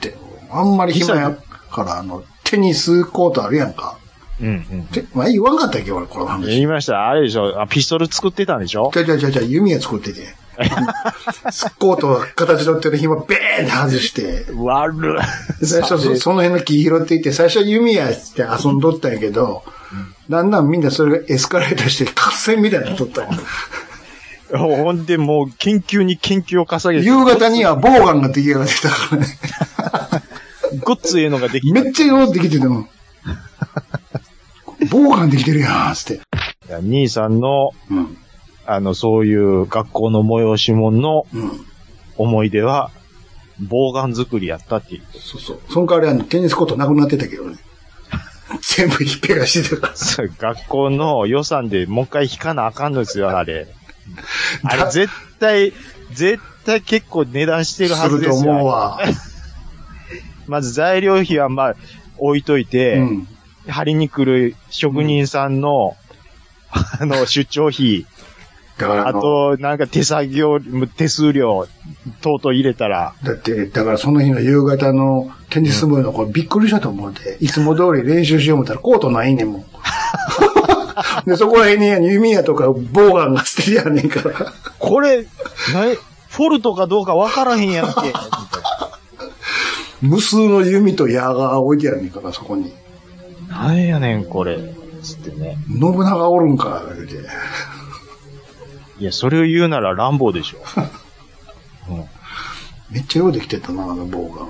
て、あんまり暇やから、あの、テニスコートあるやんか。うん、うん。て、まあ、言わんかったっけ、俺、この言話。いました。あれでしょ。あ、ピストル作ってたんでしょちゃちゃちゃちゃ、弓矢作ってて。スコートが形取ってる紐、ベーンって外して。悪い。 で最初そ、その辺の木拾っていって、最初は弓矢して遊んどったんやけど、だんだんみんなそれがエスカレートして、合戦みたいになっと ったんや。ほんで、もう、研究に研究を重ねて、夕方にはボウガンが出来上がってたからね。ごっつええのがで きめっちゃよってきてても。ボウガンできてるやん、つって。や兄さんの、うん。あの、そういう学校の催し物のうん。思い出は、棒眼作りやったっていう。そうそう。その代わりあの、テニスコートなくなってたけ どね。全部ひっぺがしてたから。そう学校の予算でもう一回引かなあかんのですよ、あれ。あれ絶対、絶対結構値段してるはずするでとす思うよ。わ。まず材料費はまあ、置いといて、うん。張りに来る職人さんの、あの、出張費、だからああの、と、なんか手作業、手数料、とうとう入れたら、だって、だからその日の夕方のテニス部の子びっくりしたと思うて、いつも通り練習しよう思ったらコートないねんも ん。で、そこら辺に弓矢とか棒ガンが捨ててやんねんから。これ、なフォルトかどうかわからへんやんけ。みたいな無数の弓と矢が置いてやんねんから、そこに。なんやねん、これ。つってね。信長おるんか、言うて。いや、それを言うなら乱暴でしょ。うん、めっちゃようできてたな、あの棒が。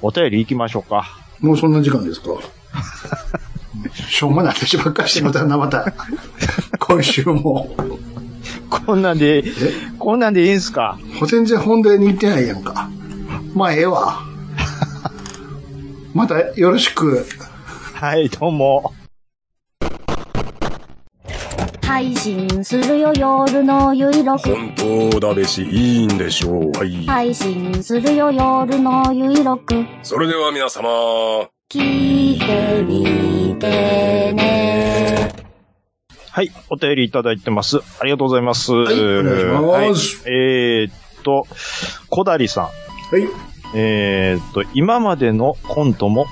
お便り行きましょうか。もうそんな時間 ですかしょうもない話ばっかりしてまたな、また。今週も。こんなんで、こんなんでいいんすかほ全然本題に行ってないやんか。まあ、ええ わ。またよろしく。はい、どうも。配信するよ夜のゆいろく本当だべし、いいんでしょう。はい。配信するよ夜のゆいろくそれでは皆様。聞いてみてねはい、お便りいただいてます。ありがとうございます。はいお願いしますはいえー、っと、小谷さん。はい。えー、っと、今までのコントも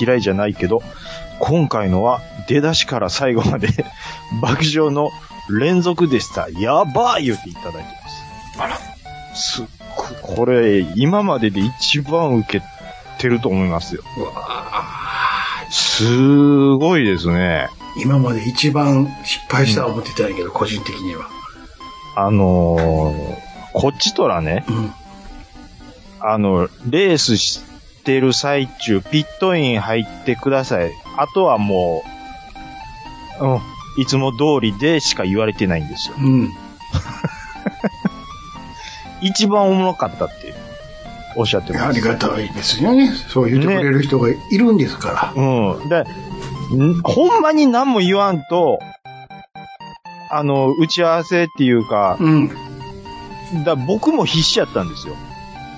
嫌いじゃないけど、今回のは出だしから最後まで 爆笑の連続でした。やばい言っていただいてます。あら。すっごい、これ、今までで一番受けてると思いますよ。すごいですね。今まで一番失敗した思ってたんやけど、個人的には。あのー、こっちとらね、うん。あの、レースしてる最中、ピットイン入ってください。あとはもう、うん、いつも通りでしか言われてないんですよ。うん。一番おもろかったって、おっしゃってあまりす。がたいですよね。そう言ってくれる人がいるんですから。うん。で、んほんまに何も言わんと、あの、打ち合わせっていうか、うん。だ僕も必死やったんですよ。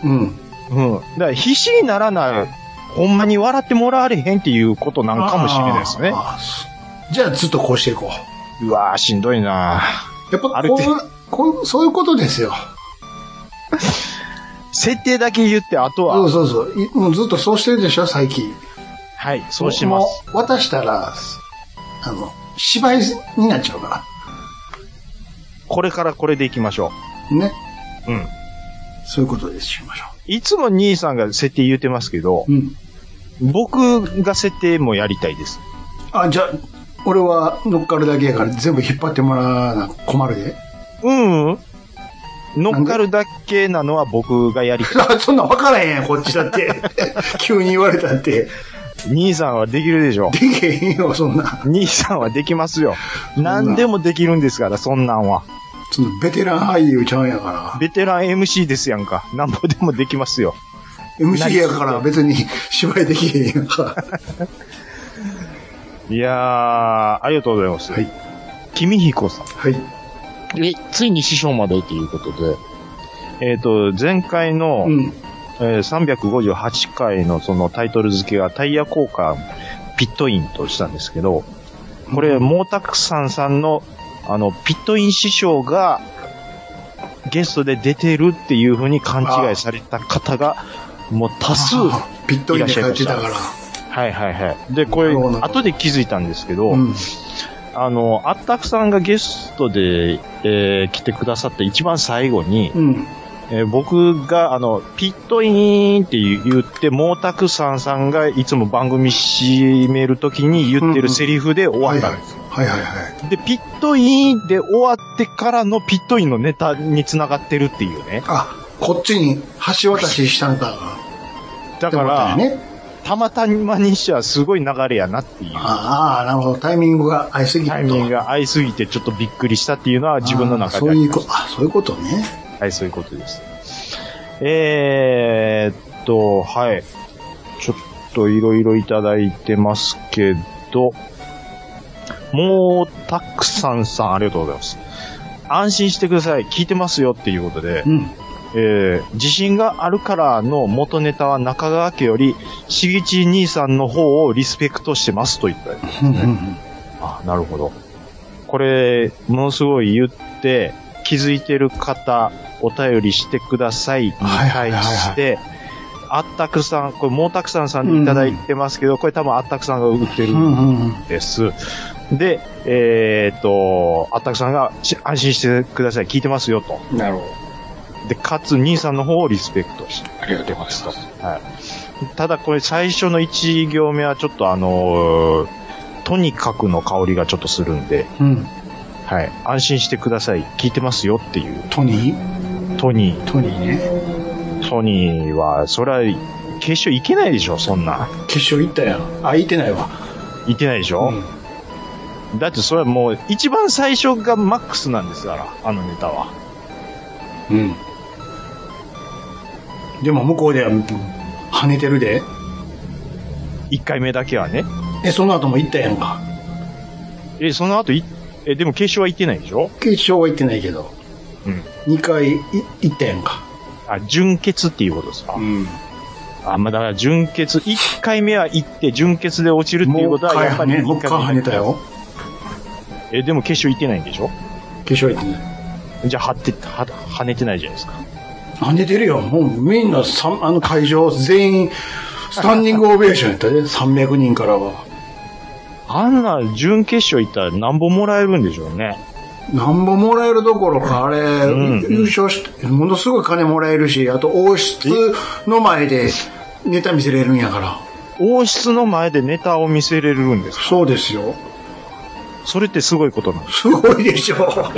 うん。うん。だから必死にならない、ほんまに笑ってもらわれへんっていうことなんかもしれないですね。あー。あーすじゃあずっとこうしていこう。うわぁ、しんどいなぁ。やっぱあるこ程うこう、そういうことですよ。設定だけ言って、あとは、そうそうそう。いもうずっとそうしてるでしょ、最近。はい、そうします。もう渡したら、あの、芝居になっちゃうかこれからこれでいきましょら。ね。う。うん。そういうことですしましょいつも兄さんが設定言ってますけどう。、うん。僕が設定もやりたいです。あ、じゃあ、俺は乗っかるだけやから全部引っ張ってもらわな困るで。 うん、うん。乗っかるだけなのは僕がやりたい。そんなん分からへんやん、こっちだって。 急に言われたって。兄さんはできるでしょ。でけへんよ、そんな。兄さんはできますよ。何でもできるんですから、そんなんは。そのベテラン俳優ちゃうんやかベテラン MC ですやんか。なんぼでもできますよ。ら。MC やから別に芝居できへんやんか。いやー、ありがとうございます。はい。君彦さん。はい。え、ついに師匠までということで。えっ、と、前回の、うん。えー358回のそのタイトル付けがタイヤ交換ピットインとしたんですけど、これ、毛沢山さんの、あの、ピットイン師匠がゲストで出てるっていう風に勘違いされた方が、もう多数、はあピットインで書いてたから。いはいはい。で、こなれ、るほど後で気づいたんですけど、うん。あの、あったくさんがゲストで、えー来てくださって一番最後に、うん。えー僕が、あの、ピットイーンって言って、毛沢山さんがいつも番組締めるときに言ってるセリフで終わったんですよ。はいはいはい。で、ピットイーンで終わってからのピットインのネタに繋がってるっていうね。あ、こっちに橋渡ししたんだ。だから、ってことやね。たまたまにしてはすごい流れやなっていう。ああ、なるほど。タイミングが合いすぎるとタイミングが合いすぎてちょっとびっくりしたっていうのは自分の中であーそうありいまうすこと、あ、そういうことね。はい、そういうことです。えー、っと、はい。ちょっといろいろいただいてますけど、もう、たくさんさん、ありがとうございます。安心してください。聞いてますよっていうことで、うん。えー、自信があるからの元ネタは中川家より、しげち兄さんの方をリスペクトしてますと言ったよあ、なるほど。これ、ものすごい言って、気づいてる方、お便りしてくださいにはいはいはい対はいして、あったくさん、これ、もうたくさんさんでいただいてますけど、これ多分あったくさんが売ってるうんんうんうん。です。で、えーっと、あったくさんがし安心してください、聞いてますよと。なるほど。で、かつ、兄さんの方をリスペクトして。ありがとうございます。はい。ただこれ最初の1行目はちょっとあのーとにかくの香りがちょっとするんで、うん。はい。安心してください。聞いてますよっていう。トニートニー。トニーね。トニーは、それは、決勝いけないでしょ、そんな。決勝行ったやん。あ、行ってないわ。いけないでしょ、うんだってそれはもう、一番最初がマックスなんですから、あのネタは。うん。でも向こうでは跳ねてるで。一回目だけはね。え、その後も行ったやんか。え、その後い、え、でも決勝はいけないでしょ決勝は行ってないけど。うん。 2回い行ったやんか。あ、純潔っていうことですか、ん。あ、まあ、だから純潔、一回目は行って、純潔で落ちるっていうもうこ一とは、回やっぱ跳りね、もう一回跳ねた。よ。え、でも決勝行ってないんでしょ決勝は行ってない。じゃあ、はって、は、跳ねてないじゃないですか。跳ねてるよ。もうみんなさん、あの会場全員、スタンディングオベーションやったで、300人からは。あんな準決勝行ったら何本もらえるんでしょうね。なんぼもらえるどころか、あれ、ん優勝して、ものすごい金もらえるし、あと王室の前でネタ見せれるんやから。王室の前でネタを見せれるんです。そうですよ。それってすごいことなんです。すごいでしょ。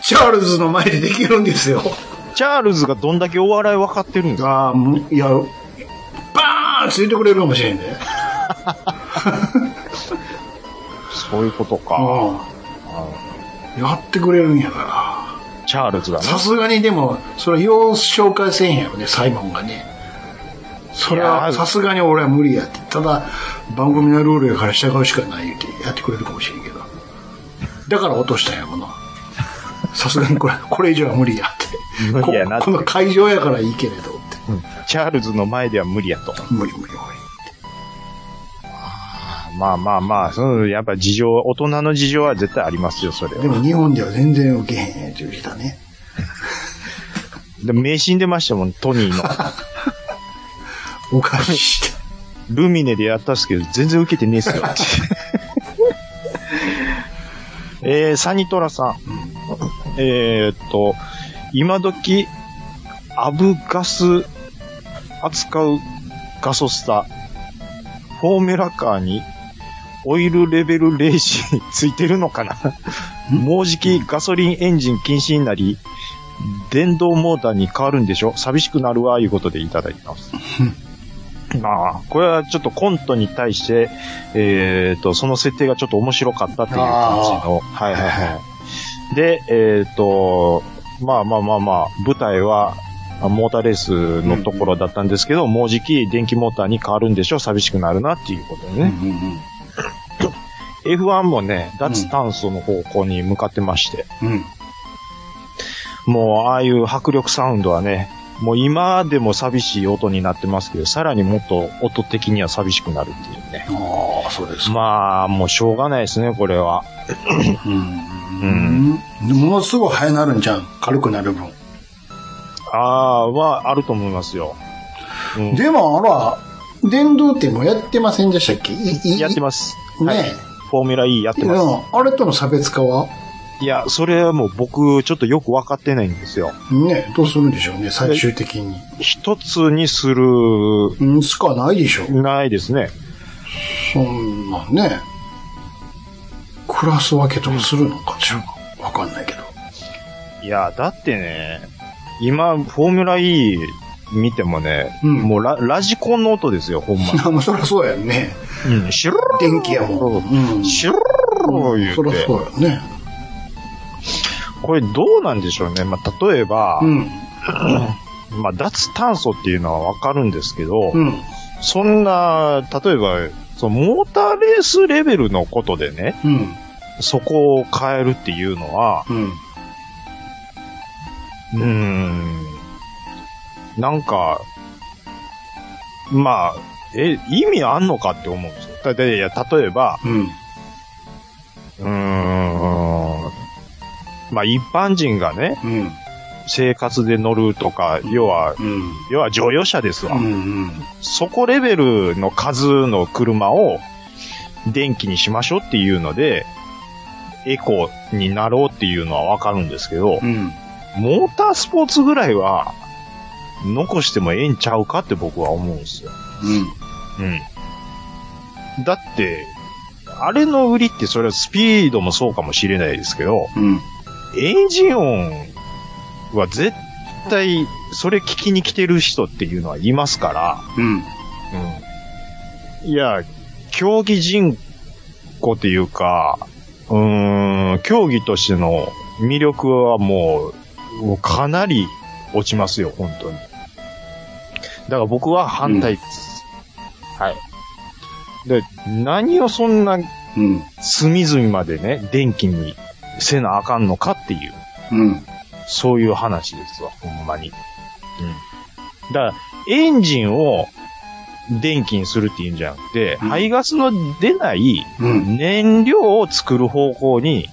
チャールズの前でできるんですよ。チャールズがどんだけお笑い分かってるんですかああ、もういや、バーンついてくれるかもしれんで。そういうことか。ああやってくれるんやかチャールズがら。ね。さすがにでも、それよう紹介せんやろね、サイモンがね。それいやはーさすがに俺は無理やって。ただ、番組のルールやから従うしかない言うてやってくれるかもしれんけど。だから落としたんやもの。さすがにこれ、これ以上は無理やって。無理やなってこ。この会場やからいいけれどって。チャールズの前では無理やと。無理無理無理。まあまあまあ、その、やっぱ事情、大人の事情は絶対ありますよ、それはで。も日本では全然受けへんって言うてたね。でも名刺に出ましたもん、トニ ーの。おかしいって。ルミネでやったっすけど、全然受けてねえっ すよ。えー、サニトラさん。えー、っと、今時、アブガス扱うガソスタ、フォーメラカーにオイルレベル0ー ついてるのかなもうじきガソリンエンジン禁止になり、電動モーターに変わるんでしょ寂しくなるわ、いうことでいただいてます。まあ、これはちょっとコントに対して、えっ、と、その設定がちょっと面白かったっていう感じの。はいはいはい。で、えっ、と、まあまあまあまあ、舞台は、あモーターレースのところだったんですけど、もうじき電気モーターに変わるんでしょ寂しくなるなっていうことでね。F1 もね、脱炭素の方向に向かってまして、うん。もうああいう迫力サウンドはね、もう今でも寂しい音になってますけど、さらにもっと音的には寂しくなるっていうね。ああ、そうですか。まあ、もうしょうがないですね、これは。うん。うん。ものすごい早なるんじゃん。軽くなる分。ああー、はあると思いますよ。うんでも、あら、電動ってもうやってませんでしたっけいいやってまます。ねはい。フォーミュラ E やってうます。ん。あれとの差別化はいや、それはもう僕、ちょっとよくわかってないんですよ。ねどうするんでしょうね、最終的に。一つにする、うん、しかないでしょ。ないですね。そんなんね。暮らすわけとかするのかしら。わかんないけど。いや、だってね、今、フォーミュラ E 見てもね、うんもうララジコンの音ですよ、ほんま。 あ、まあ、そりゃそうやんね。うん、シュルル電気やもん。うん。シュルルルそ言りうゃてそ。うやんね。これどうなんでしょうね。まあ、例えば、うん。まあ、脱炭素っていうのはわかるんですけど、うん。そんな、例えば、そのモーターレースレベルのことでね、うん。そこを変えるっていうのは、うん。うーん、なんか、まあ、え、意味あんのかって思うんですよ。だでいや例えば、うん。うーん、まあ一般人がね、うん。生活で乗るとか、要は、うん。要は乗用車ですわ。うん。そこレベルの数の車を電気にしましょうっていうので、エコになろうっていうのはわかるんですけどう、ん。モータースポーツぐらいは残してもええんちゃうかって僕は思うんですよ。うん。だって、あれの売りってそれはスピードもそうかもしれないですけど、うん。エンジン音は絶対それ聞きに来てる人っていうのはいますから、うん。いや、競技人口っていうか、うーん、競技としての魅力はもう、もうかなり落ちますよ、本当に。だから僕は反対です。はい。で、何をそんなうん。隅々までね、電気にせなあかんのかっていう。うん。そういう話ですわ、ほんまに。うん。だから、エンジンを電気にするっていうんじゃなくて、うん排ガスの出ないうん。燃料を作る方向に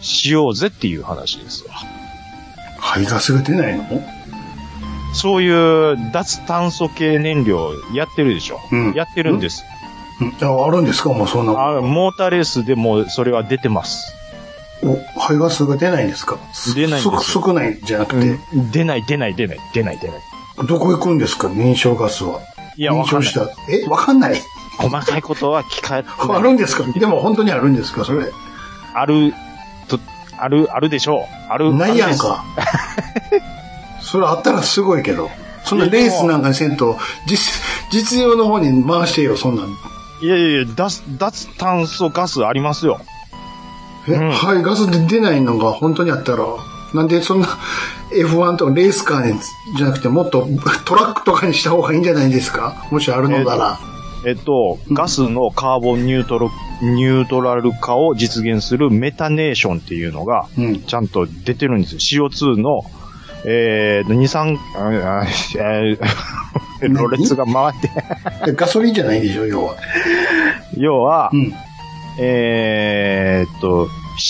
しようぜっていう話ですわ。排ガスが出ないのそういう脱炭素系燃料やってるでしょ。うんやってるんです。あ、あるんですかもうそんな。あモーターレースでもそれは出てます。お、排ガスが出ないんですか出ないんですよす少ないじゃなくて、うん出ない出ない出ない出ない出ない。どこ行くんですか燃焼ガスは。いや、わ燃かん焼ないし。た。え、わかんない。細かいことは聞かあるんですかでも本当にあるんですかそれ。ある、と、ある、あるでしょう。ある。ないやんあるか。それあったらすごいけど。そんなレースなんかにせんと、実、実用の方に回してよ、そんなん。です。いやいやいや、脱、脱炭素ガスありますよ。え、うんはい、ガスで出ないのが本当にあったら、なんでそんな F1 とかレースカーにじゃなくてもっと トラックとかにした方がいいんじゃないですかもしあるのなら。えっと、ガスのカーボンニュートロ、ニュートラル化を実現するメタネーションっていうのが、うんちゃんと出てるんですよ。CO2 の、えー、二酸、ああえー ロレツが回って、でガソリンじゃないでしょ、要は。要は、うん。えーっと、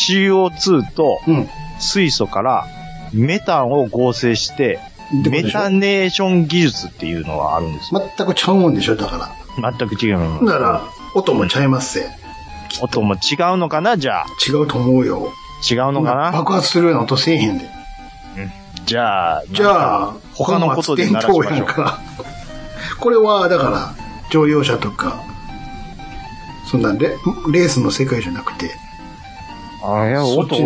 CO2 とうん。水素からメタンを合成して、ってことでしょメタネーション技術っていうのはあるんですよ。全くちゃうもんでしょ、だから。全く違うの。なら、音もちゃいますせ。音も違うのかなじゃあ。違うと思うよ。違うのかな爆発するような音せえへんで。じゃあ、じゃあ、他のことで本鳴らし末ま転しょ倒やんか。 これは、だから、乗用車とか、そんなレレースの世界じゃなくて、う。あいや、そっ音ち、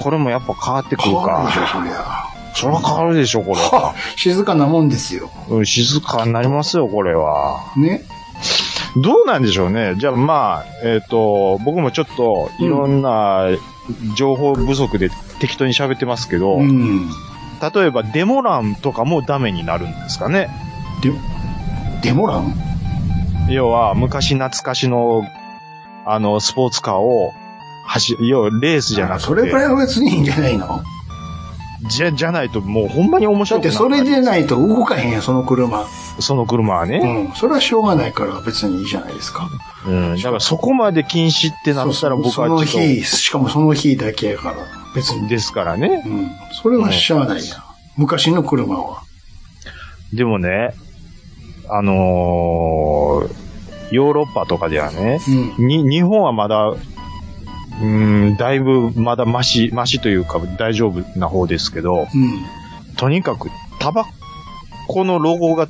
これもやっぱ変わってくる変わるでしょ、か。そりゃ。それは変わるでしょ、これは。は静かなもんですよ。うん静かになりますよ、これは。ね。どうなんでしょうね。じゃあ、まあ、えっ、と、僕もちょっと、いろんな情報不足で適当に喋ってますけど、うん。例えばデモ欄とかもダメになるんですかね。で、デモ欄要は、昔懐かしの、あの、スポーツカーを、走、要は、レースじゃなくて。それぐらいは別にいいんじゃないのじゃ、じゃないと、もうほんまに面だ白っくなてい。それでないと動かへんやん、その車。その車はうね。ん。それはしょうがないから別にいいじゃないですか。うん。だからそこまで禁止ってなったらそう僕そはうそのちょっ日、しかもその日だけやから。別と、に。ですからね。うん。それはしゃあないやん。昔の車は。でもね、あのー、ヨーロッパとかではね、うん。に、日本はまだ、うーん、だいぶまだマシ、マシというか大丈夫な方ですけど、うん。とにかくタバコのロゴが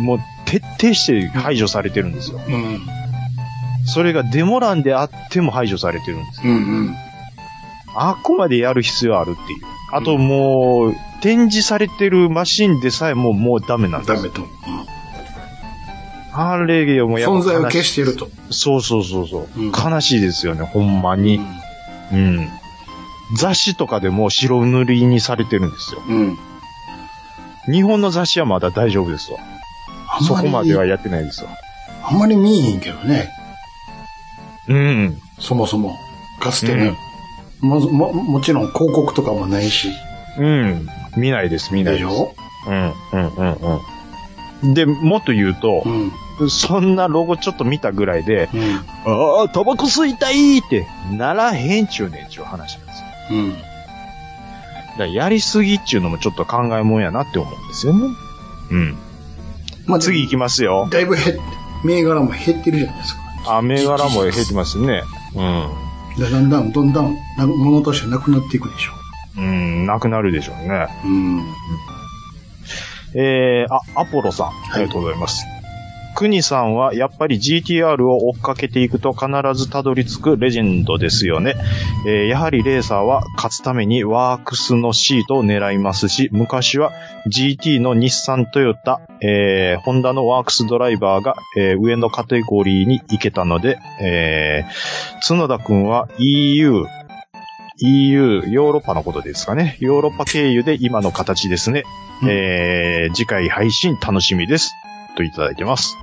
もう徹底して排除されてるんですよ。うん。それがデモ欄であっても排除されてるんです。うん。あっこまでやる必要あるっていう。あともう、展示されてるマシンでさえももうダメなんです。ダメと。うんあれもうやっぱ存在を消悲ししていると。そうそうそうそう、うん悲しいですよね、ほんまうに。んうん。雑誌とかでもう白塗りにされてるんですよ。うん。日本の雑誌はまだ大丈夫ですわ。あんそまこりまではやってないですわ。あんまり見えへんけどね。うん。そもそも。かつてね。も、も、もちろん広告とかもないし。うん。見ないです、見ないでです。しょうん、うん、うん、うん。で、もっと言うとう、ん。うん。そんなロゴちょっと見たぐらいで、ああ、タバコ吸いたいってならへんちゅうねんちゅう話なんですよ。うん。だからやりすぎっちゅうのもちょっと考えもんやなって思うんですよね。うん。まあ、次行きますよ。だいぶ減って、銘柄も減ってるじゃないですか。あ、銘柄も減ってますね。うん。だだんだん、どんどん、な物としてなくなっていくでしょ。うん、なくなるでしょうね。うん。えー、あ、アポロさん、ありがとうございます。クニさんはやっぱり GTR を追っかけていくと必ずたどり着くレジェンドですよね。えーやはりレーサーは勝つためにワークスのシートを狙いますし、昔は GT の日産トヨタ、えーホンダのワークスドライバーが、えー上のカテゴリーに行けたので、えー角田くんは EU、EU、ヨーロッパのことですかね。ヨーロッパ経由で今の形ですね。うんえー次回配信楽しみです。といただいてます。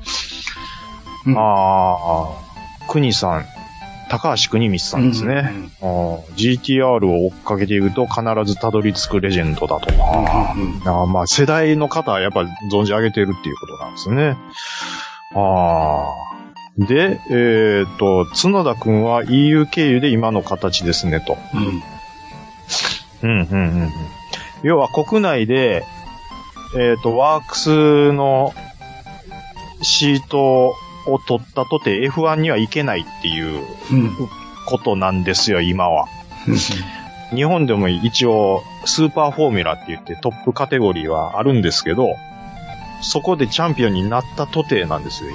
うんああ、国さん、高橋国光さんですね。あー GTR を追っかけていくと必ずたどり着くレジェンドだとな。うん。うん。あーまあ、世代の方はやっぱ存じ上げてるっていうことなんですね。ああ。で、えーっと、角田くんは EU 経由で今の形ですね、と。うん。うん、うん、うんうん。要は国内で、えーっと、ワークスのシートを取ったとて F1 には行けないっていううん。ことなんですよ、今は。日本でも一応、スーパーフォーミュラって言ってトップカテゴリーはあるんですけど、そこでチャンピオンになったとてなんですよ、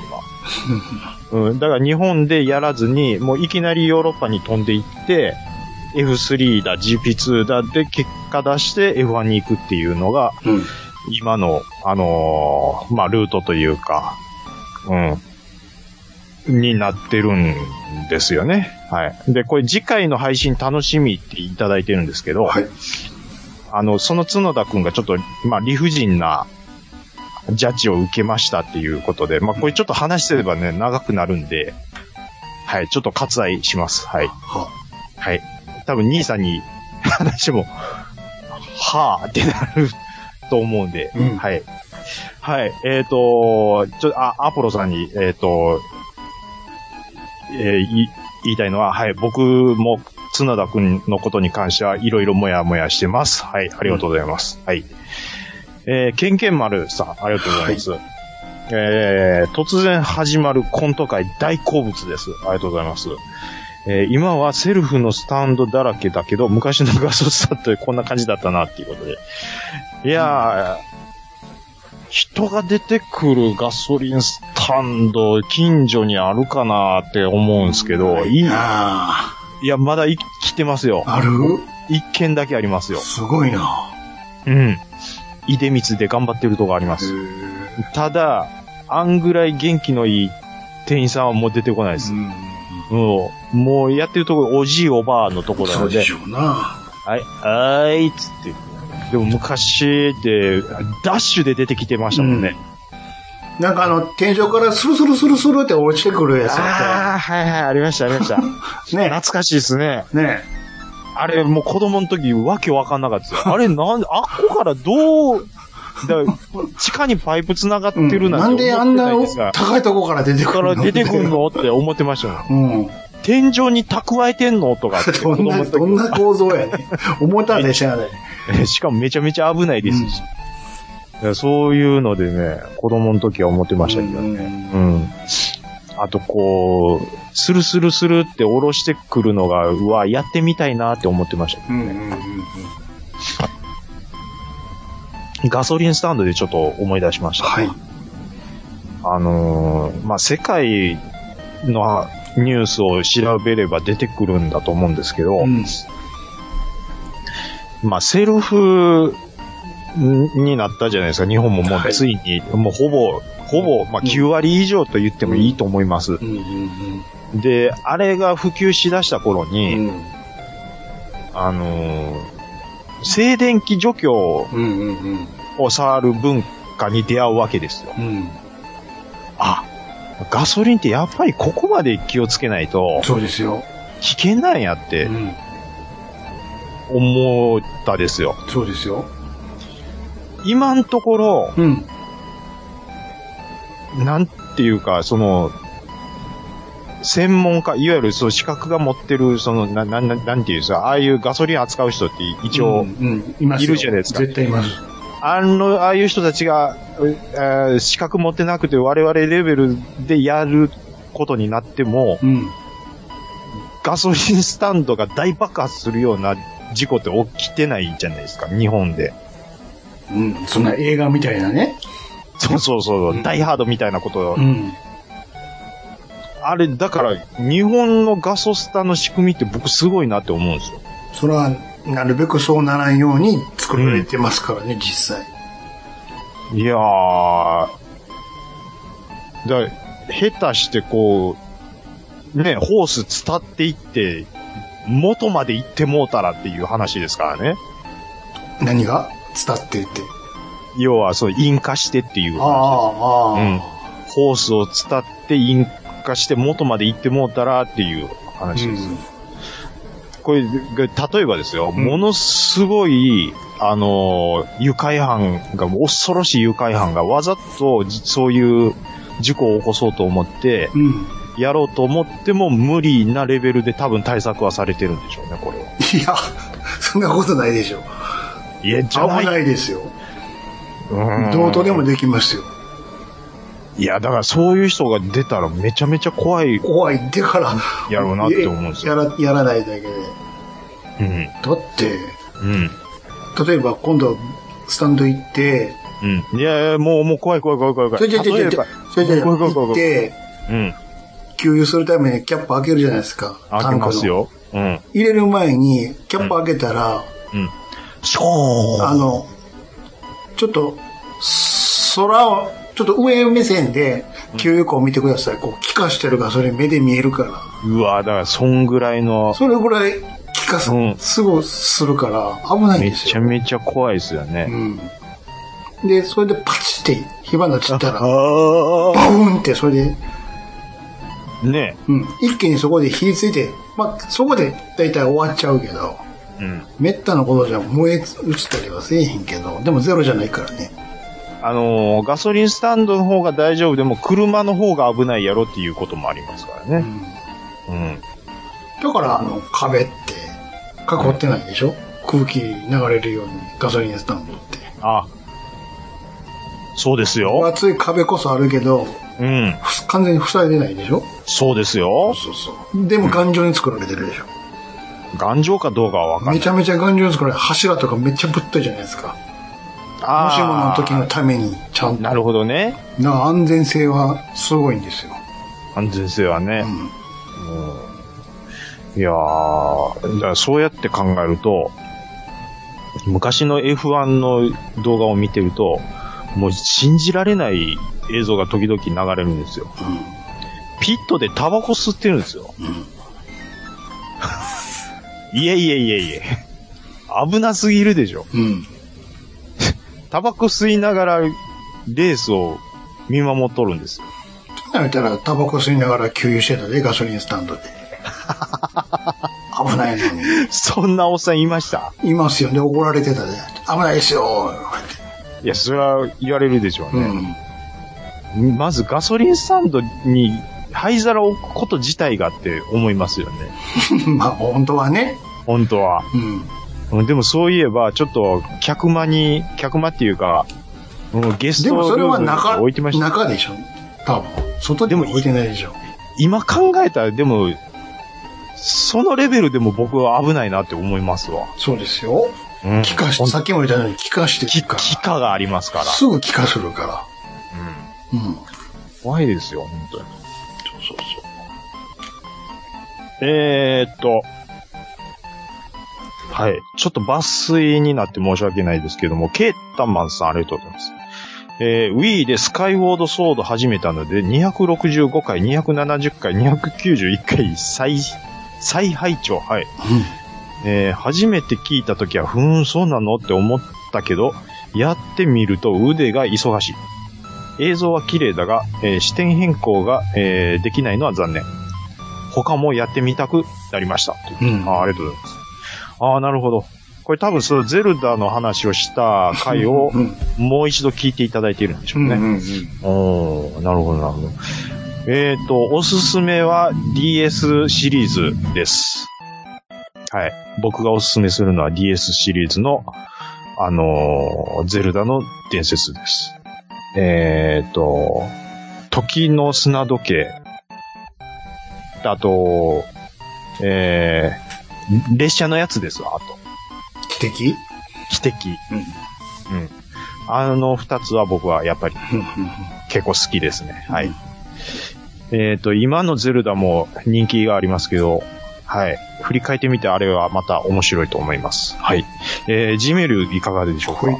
今。うん、だから日本でやらずに、もういきなりヨーロッパに飛んでいって、F3 だ、GP2 だで結果出して F1 に行くっていうのが、うん。今の、あのーまあ、ルートというか、うん、になってるんですよね。はい。で、これ次回の配信楽しみっていただいてるんですけど、はいあの、その角田くんがちょっと、まあ、理不尽な、ジャッジを受けましたっていうことで、まあ、これちょっと話してればね、長くなるんで、はい、ちょっと割愛します。はい。ははい。多分兄さんに話も、はぁってなると思うんで、うんはい。はい。えっ、と、ちょ、あ、アポロさんに、えっ、と、えーい言いたいのは、はい、僕も、角田くんのことに関してはいろいろもやもやしてます。はい、ありがとうございます。はい。えー、けんけん丸さん、ありがとうございます。えー、突然始まるコント会大好物です。ありがとうございます。えー今はセルフのスタンドだらけだけど、昔のガソスタってこんな感じだったなっていうことで。いやー、人が出てくるガソリンスタンド、近所にあるかなって思うんですけど、いい、い。あいや、まだ生きてますよあ。。ある一軒だけありますよ。すごいな。うん。出光で頑張ってるとこありまへす。えただ、あんぐらい元気のいい店員さんはもう出てこないですう。ん。もう、もうやってるところ、おじいおばあのところなそのうででし、ょうな。はい、あーいっつって。でも昔って、ダッシュで出てきてましたもんね。なんかあの、天井からスルスルスルスルって落ちてくるやつあああ、はいはい、ありました、あ りました。って。ね懐かしいですね。え。ねあれ、もう子供の時、わけわかんなかったですよ。あれ、なんで、あっこからどう、だ地下にパイプ繋がってえ。うんるななんんでてあ思っんてなないですが、高いとこから出てくかるらの出てくるのって思ってましたもん。うん。天井に蓄えてんのとかって子どん供な、のど時んな構造やね。重たいでしょ、あれ。 えーしかもめちゃめちゃ危ないですし。いやそういうのでね、子供の時は思ってましたけどね。ね。うん。あとこう、スルスルスルって下ろしてくるのが、うわ、やってみたいなって思ってました。うんうんうんガソリンスタンドでちょっと思い出しました。はい。あのーまあ、世界のニュースを調べれば出てくるんだと思うんですけど、うんまあ、セルフんになったじゃないですか。日本ももはういついに、もうほぼ、ほぼ、まあ、9割以上と言ってもいいと思います。うんうんで、あれが普及しだした頃うに、ん。あのー静電気除去うんうんうんを触る文化に出会うわけですよ。うん。あ、ガソリンってやっぱりここまで気をつけないとそうですよ。危険なんやっうてん。思ったですよ。そうですよ。今のところ、うん。なんていうか、その、専門家、いわゆるその資格が持ってる、その、な、な、ななんていうんですか、ああいうガソリン扱う人って一応、うんうん、いますよいるじゃないですか絶対います。あの、ああいう人たちが、うえー資格持ってなくて我々レベルでやることになっても、うん。ガソリンスタンドが大爆発するような事故って起きてないじゃないですか、日本で。うん。そんな映画みたいなね。そうそうそう、うんダイハードみたいなこと、うん。あれ、だから、日本のガソスタの仕組みって僕すごいなって思うんですよ。それは、なるべくそうならんように作られてますからね、実際。いやー、だ下手してこう、ね、ホース伝っていって、元まで行ってもうたらっていう話ですからね。何が伝っていて。要は、そう、引火してっていうああ、ああ。うんホースを伝って引火して元まで行ってもうたらっていう話です。これ、が例えばですよ、んものすごい、あのー、誘拐犯が、恐ろしい誘拐犯がわざとじそういう事故を起こそうと思って、うん。うん。やろうと思っても無理なレベルで多分対策はされてるんでしょうね、これは。いや、そんなことないでしょ。いや、じ危ゃない。ないですよ。うんどうとでもできますよ。いや、だからそういう人が出たらめちゃめちゃ怖い。怖いってから。やろうなって思うんですよやら、やらないだけで。うん。だって、うん。例えば今度、スタンド行って、うん。いやいや、もう、もう怖い怖い怖い怖い怖ちょい。いちょいちょいちょい、ちょいちょい怖い怖い怖行い怖っいて、うん。給油するためにキャップ開けるじゃないですか。開けますよ。うん。入れる前に、キャップ開けたら、うん。ショーンあの、ちょっと、空を、ちょっと上目線で、給油口を見てください。こう、気化してるから、それ目で見えるから。うわだから、そんぐらいの、それぐらい、気化す、うんすぐするから、危ないんめですちよゃ。めちゃ怖いですようね。ん。で、それでパチって火花散ったあら、あバーンって、それで、ねうん、一気にそこで火ついて、まあ、そこで大体終わっちゃうけど、うん。めったなことじゃ燃え移ったりはせえへんけど、でもゼロじゃないからね。あのーガソリンスタンドの方が大丈夫でも、車の方が危ないやろっていうこともありますからうね。ん。うん。だから、あの、壁って、囲ってないでしょ空気流れるようにガソリンスタンドって。あ、そうです分よ。厚い壁こそあるけど、うん。ふ完全に塞いでないでしょそうですよ。そうそう。でも頑丈に作られてるでしょ、頑丈かどうかはわかんめない。ちゃめちゃ頑丈に作られて、柱とかめっちゃぶっといじゃないですか。もしもの時のために、ちゃんと。なるほどね。だから安全性はすごいんですよ。安全性はね。うんいやー、だからそうやって考えると、昔の F1 の動画を見てると、もう信じられない映像が時々流れるんですよ。ピットでタバコ吸ってるんですよ。 いえいえいえいえ。危なすぎるでしょ。うん。タバコ吸いながらレースを見守っとるんですよ。やめたら、タバコ吸いながら給油してたで、ガソリンスタン ドで。危ないのに。そんなおっさんいましたいますよね。怒られてたで。危ないですよ。っいや、それは言われるでしょうてうね。ん。 まずガソリンスタンドに灰皿を置くこと自体がって思いますよね。まあ、本当はね。本当は。うん。でもそういえば、ちょっと客間に、客間っていうか、うんゲスでトルもそれはーム中、に置いてました。中でしょ。多分。外でも置いてないでしょ。今考えたら、でも、そのレベルでも僕は危ないなって思いますわ。そうですよ。うん気化して、さっきも言ったように気化してきるか気化がありますからら。。すぐ気化するから。うん。怖いですよ、本当そうに。そうそう。えーっと、はい。ちょっと抜粋になって申し訳ないですけども、ケータンマンさんありがとうございます。えー、Wii でスカイウォードソード始めたので、265回、270回、291回、再、再拝聴はい。えー初めて聞いた時は、ふーん、そうなのって思ったけど、やってみると腕が忙しい。映像は綺麗だが、えー視点変更が、えーできないのは残念。他もやってみたくなりました。うん。あーありがとうございます。ああ、なるほど。これ多分そのゼルダの話をした回をうん。もう一度聞いていただいているんでしょう。うんね。うん。おーなるほど、なるほど。えっ、と、おすすめは DS シリーズです。はい。僕がおすすめするのは DS シリーズの、あのーゼルダの伝説です。えっ、と、時の砂時計。あと、えー、列車のやつですわ、あと。奇跡汽笛。うん。あの二つは僕はやっぱりうん。結構好きですね。はい。えっ、と、今のゼルダも人気がありますけど、はい。振り返ってみてあれはまた面白いと思います。はい。えー、ジメルいかがでしょうかはい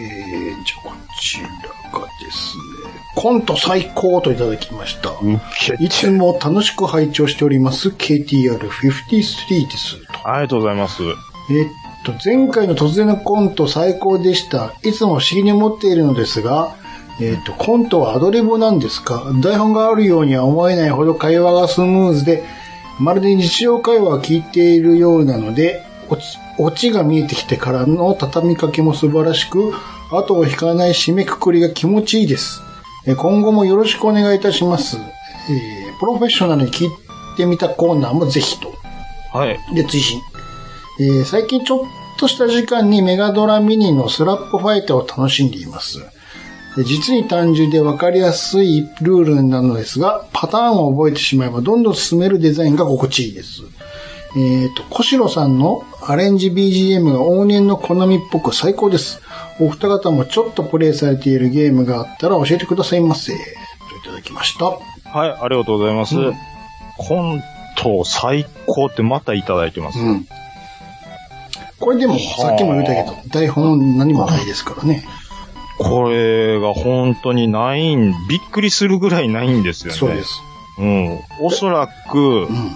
えー、じゃあこちらがですね、コント最高といただきました。うっけいつも楽しく拝聴しております KTR53 ですと。ありがとうございます。えっと、前回の突然のコント最高でした。いつも不思議に思っているのですが、えっと、コントはアドリブなんですか台本があるようには思えないほど会話がスムーズで、まるで日常会話を聞いているようなので、オチオチが見えてきてからの畳みかけも素晴らしく、後を引かない締めくくりが気持ちいいです。えー今後もよろしくお願いいたします。えープロフェッショナルに聞いてみたコーナーもぜひと。はい。で、追伸。えー最近ちょっとした時間にメガドラミニのスラップファイターを楽しんでいます。で実に単純で分かりやすいルールなのですが、パターンを覚えてしまえばどんどん進めるデザインが心地いいです。えっ、と、小城さんのアレンジ BGM が往年の好みっぽく最高です。お二方もちょっとプレイされているゲームがあったら教えてくださいませ。といただきました。はい、ありがとうございます。うんコント最高ってまたいただいてます。うん。これでも、さっきも言ったけど、台本何もないですからね。これが本当にないん、びっくりするぐらいないんですよね。そうで。す。うん。おそらくう、ん。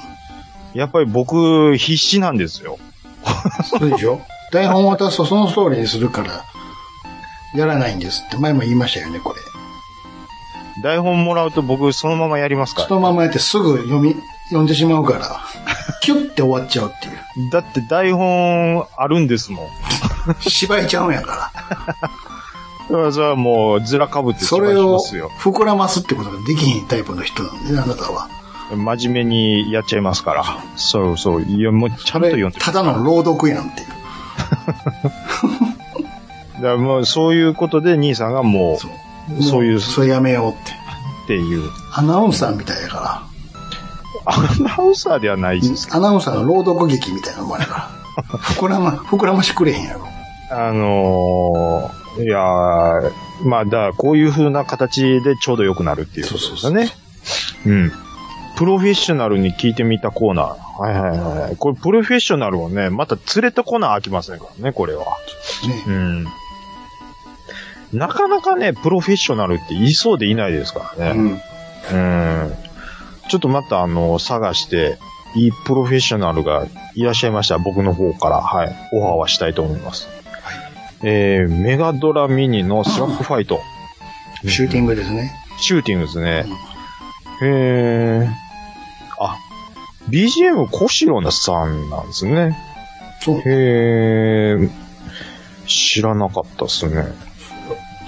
やっぱり僕、必死なんですよ。そうでしょ台本渡すとその通りにするから、やらないんですって前も言いましたよね、これ。台本もらうと僕、そのままやりますかそのままやってすぐ読み、読んでしまうから、キュッて終わっちゃうっていう。ら。だって台本あるんですもん。芝居ちゃうんやから。だからそれはもう、ずらかぶってそ芝居れしまをすよ。膨らますってことができひんタイプの人なんで、あなたは。真面目にやっちゃいますから。そうそう。いや、もうちゃんと読んでただの朗読やんっていう。だからもう、そういうことで兄さんがもう、うそういうもそれやめようって。っていう。 アナウンサーみたいやから。アナウンサーではないですけアナウンサーの朗読劇みたいなのもある から。膨らま、膨らましてくれへんやろ。ど。あのー、いやー、まあ、だからこういう風な形でちょうど良くなるっていうことですね。そうそうそううん。プロフェッショナルに聞いてみたコーナー。はいはいはいはい。これプロフェッショナルをね、また連れてこなあきませんからね、これは。ねう。ん。なかなかね、プロフェッショナルって言いそうでいないですからね。うん。うん。ちょっとまたあの、探して、いいプロフェッショナルがいらっしゃいましたら、僕の方から、はい、オファーはしたいと思います。えー、メガドラミニのスラックファイト。シューティングですね。シューティングですね。へえ。あ、BGM 小城なさんなんですね。そう。へえ。知らなかったですね。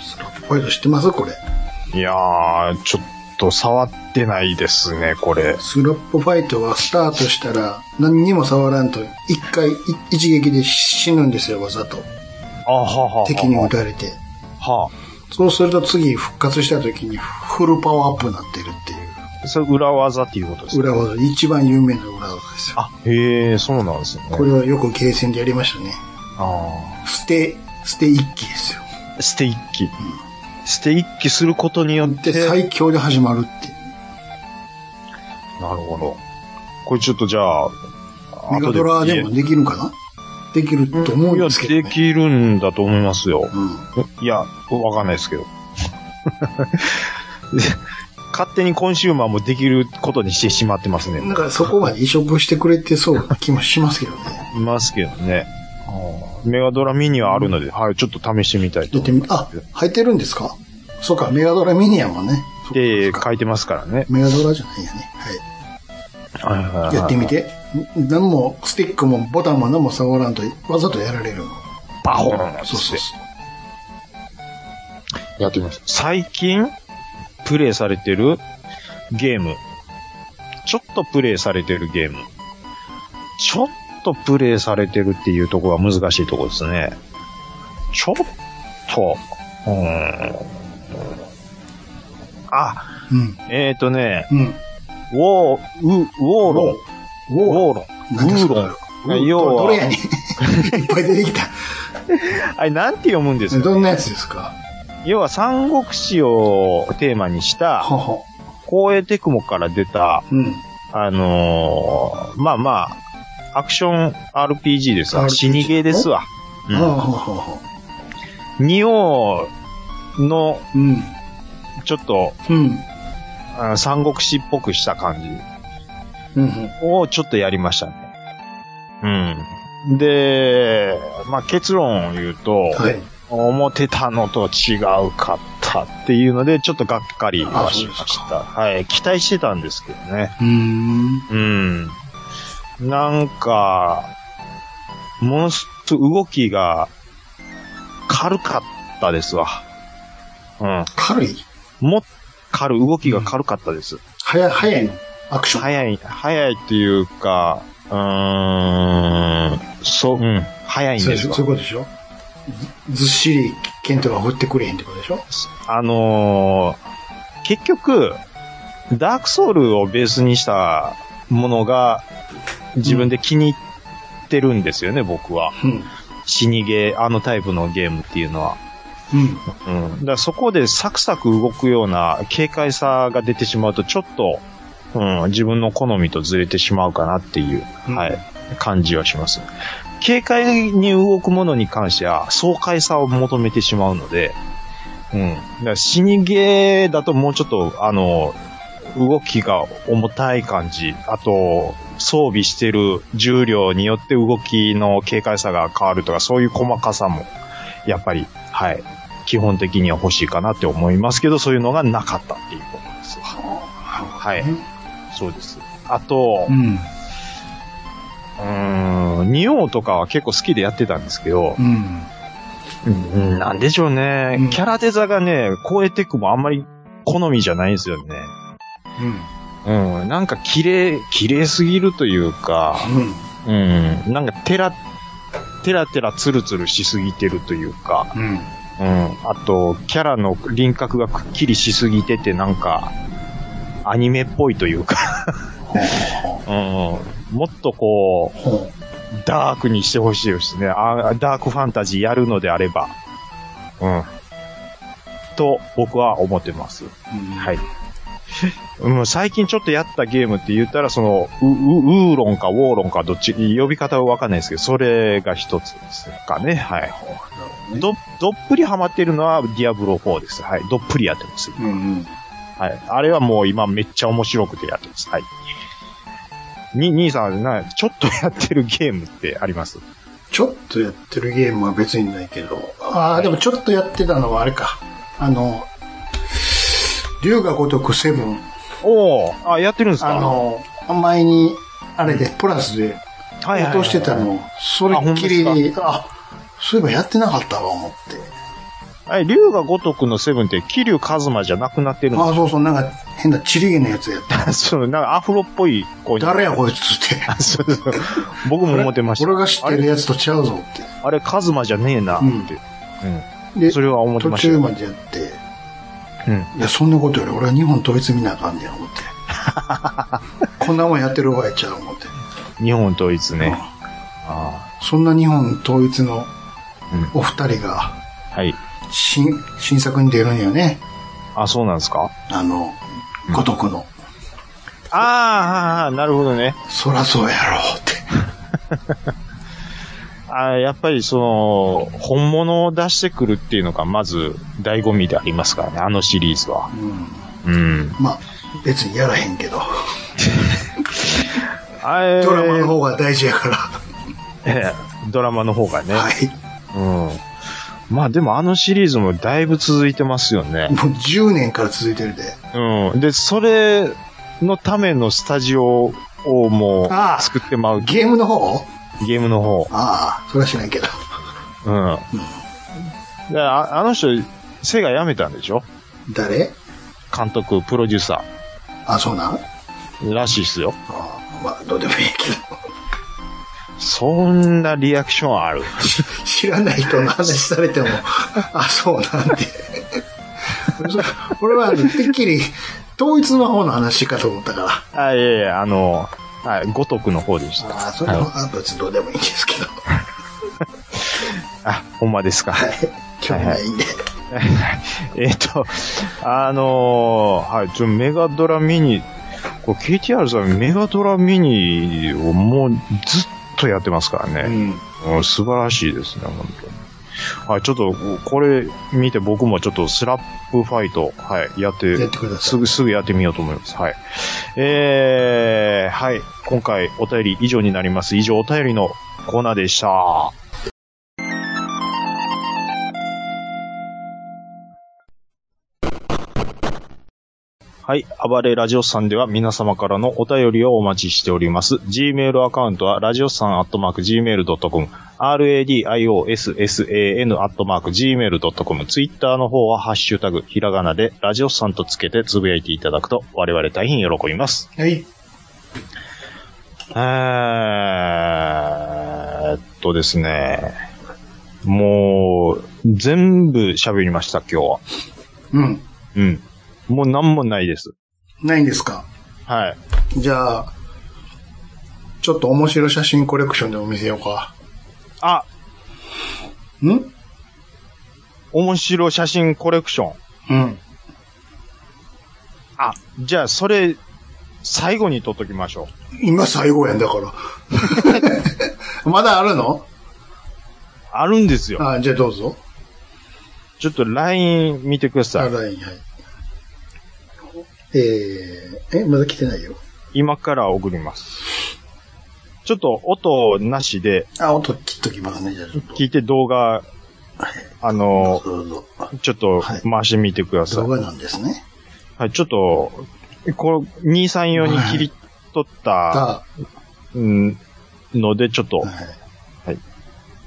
スラップファイト知ってますこれ。いやー、ちょっと触ってないですね、これ。スラップファイトはスタートしたら何にも触らんと一回い一撃で死ぬんですよ、わざと。あははは。敵に撃たれて。はそうすると次復活した時にフルパワーアップになってるっていあ。それ裏技っていうことですうね。裏技、一番有名な裏技ですよ。あ、へえ、そうなんですね。これはよくゲーセンでやりましたね。あ捨て、捨て一気ですよ。ーステイッキ。ステイッキすることによって。で、最強で始まるっていう。なるほど。これちょっとじゃあ、メガドラでも後でできるかなできると思うんいや、ですけど、ね。できるんだと思いますよ。うん。いや、わかんないです けど。勝手にコンシューマーもできることにしてしまってますね。なんかそこまで移植してくれてそうな気もしますけどね。いますけどね。メガドラミニはあるので、はい、ちょっと試してみたいだとっ。て、あ、入ってるんですかそうか、メガドラミニアもね。で、そうか書いてますからね。メガドラじゃないやね。はいはいははいい。やってみて。ん何も、スティックもボタンも何も触らんと、わざとやられるの。バホーンっつってそうそうそう。やってみました。最近、プレイされてるゲーム。ちょっとプレイされてるゲーム。ちょっとプレイされてるっていうところが難しいところですね。ちょっと、うーん。あ、うん。えっ、ー、とね、うん。ウォー、ウ、ウォーロン。ウォーロン。ウ何ですーかロン。うん要はどれや ねん。いっぱい出てきた。あれ、なんて読むんですかどんなやつですか要は、三国志をテーマにした、はは。光栄テクモから出た、うん。あのーまあまあ、アクション RPG ですわ。 RPG 死にゲーですわ。あははは。ニオの、うん。ちょっと、うん。あ三国志っぽくした感じうん。をちょっとやりましたね。うん。で、まあ結論を言うと、はい。思ってたのと違うかったっていうので、ちょっとがっかりはしました。はい。期待してたんですけどね。うーん。うん。なんか、ものす動きが軽かったですわ。うん。軽いもっ軽、動きが軽かったです。早い、早いの。アクション。早い、早いっていうか、うーん、そう、うん、早いんそうでですすわそういう。ことでしょずずっしり剣とか振ってくれへんってことでしょあのー結局、ダークソウルをベースにしたものが自分で気に入ってるんですよね、僕は。うん。死にゲー、あのタイプのゲームっていうのは。うん。うん。だからそこでサクサク動くような軽快さが出てしまうと、ちょっと、うん、自分の好みとずれてしまうかなっていう、うんはい、感じはします。軽快に動くものに関しては、爽快さを求めてしまうので、うん。だから死にゲーだともうちょっと、あの、動きが重たい感じ、あと、装備してる重量によって動きの軽快さが変わるとか、そういう細かさも、やっぱり、はい、基本的には欲しいかなって思いますけど、そういうのがなかったっていうことですわ。はい。そうです。あと、ううん。ーん、仁王とかは結構好きでやってたんですけどう、ん。うんなんでしょうね、うんキャラデザがね、超えてくもあんまり好みじゃないんですよね。うん。うん、なんか綺麗、綺麗すぎるというか、うん。うん、なんかテラ、テラテラツルツルしすぎてるというか、うん。うん。あと、キャラの輪郭がくっきりしすぎてて、なんか、アニメっぽいと いうか、うん、もっとこう、ほダークにしてほしいですねあ。ダークファンタジーやるのであれば。うん。と、僕は思ってます。う。うんはい。 うん、最近ちょっとやったゲームって言ったら、その、ウウウーロンかウォーロンかどっち、呼び方はわかんないですけど、それが一つですかね。はい。ど、どっぷりハマってるのはディアブロ4です。はい。どっぷりやってます。うんうん。はい。あれはもう今めっちゃ面白くてやってます。はい。に、兄さん、な、ちょっとやってるゲームってありますちょっとやってるゲームは別にないけど。ああ、でもちょっとやってたのはあれか。あの、竜が如くセブン。おー、あ、やってるんですかあ、の、前に、あれで、プラスではいはいはい落としてた。の。それっきあほんまり、あ、そういえばやってなかったわ、思って。はい。竜が如くのセブンって、桐生一馬じゃなくなってるんですあ、そうそう、なんか変なチリゲのやつやった。か そう、なんかアフロっぽい子に誰やこいつって。 そうそう。僕も思ってました。俺が知ってるやつとちゃうぞって。あれ、カズマじゃねえな、って。ううんん。で、それは思って途ました中よ。までやって、うん。いや、そんなことより俺は日本統一見なあかんねん、思 って。こんなもんやってる場合ちゃう、思って。日本統一ね。うんあそんな日本統一のうんお二人が、あ。はい。新、新作に出るんよね。あ、そうなんですかあの、五徳の。ああ、なるほどね。そらそうやろうって。あやっぱりその、本物を出してくるっていうのがまず醍醐味でありますからね、あのシリーズは。うん。まあ、別にやらへんけど、あえードラマの方が大事やから。はええ ドラマの方がね。い。うん。まあでもあのシリーズもだいぶ続いてますよね。もう10年から続いてるで。うん。で、それのためのスタジオをもああう作ってまうゲームの方ゲームの方。ああ、それは知らんけど。うん。でああの人、セガ辞めたんでしょ誰監督、プロデューサあ、そうなんあーらしいっすよ。あまあ、どうでもいいけど。 そんなリアクションある。知らない人の話されても、あ、そうなんで。 俺は、てっきり、統一の方の話かと思ったから。あ、いえいえ、あの、はい、五徳の方でした。ああ、それはいは、あ別にどうでもいいんですけど。あ、ほんまですか。興味ないんで。えっと、あのーはい、ちょ、メガドラミニ、これ KTR さんメガドラミニをもうずっとやってますからね。うん、素晴らしいですね、本当に。はい、ちょっと、これ見て僕もちょっとスラップファイト、はい、やって、やってくださいすぐ、すぐやってみようと思います。はい。えー、はい、今回お便り以上になります。以上お便りのコーナーでした。はい。暴れラジオさんでは皆様からのお便りをお待ちしております。Gmail アカウントは、ラジオさんアットマーク Gmail.com、radiossan アットマーク Gmail.com、Twitter の方は、ハッシュタグ、ひらがなで、ラジオさんとつけてつぶやいていただくと、我々大変喜びます。はい。えーっとですね。もう、全部喋りました、今日は。うん。うん。もう何もないです。ないんですかはい。じゃあ、ちょっと面白写真コレクションでも見せようか。あ、ん面白写真コレクショうン。ん。あ、じゃあそれ、最後に撮っときましょう。今最後やんだから。 まだあるのあるんですよ。あ、じゃあどうぞ。ちょっと LINE 見てくだあ、さい。ライン、はい。えー、え、まだ来てないよ。今から送ります。ちょっと音なしであ、音切っときますね、じゃあちょっと。聞いて動画、あの、どうぞ。ちょっと回してみてください。動はい、画なんですね。ちょっと、これ、23用に切り取った、あ、うんので、ちょっと、は。はいい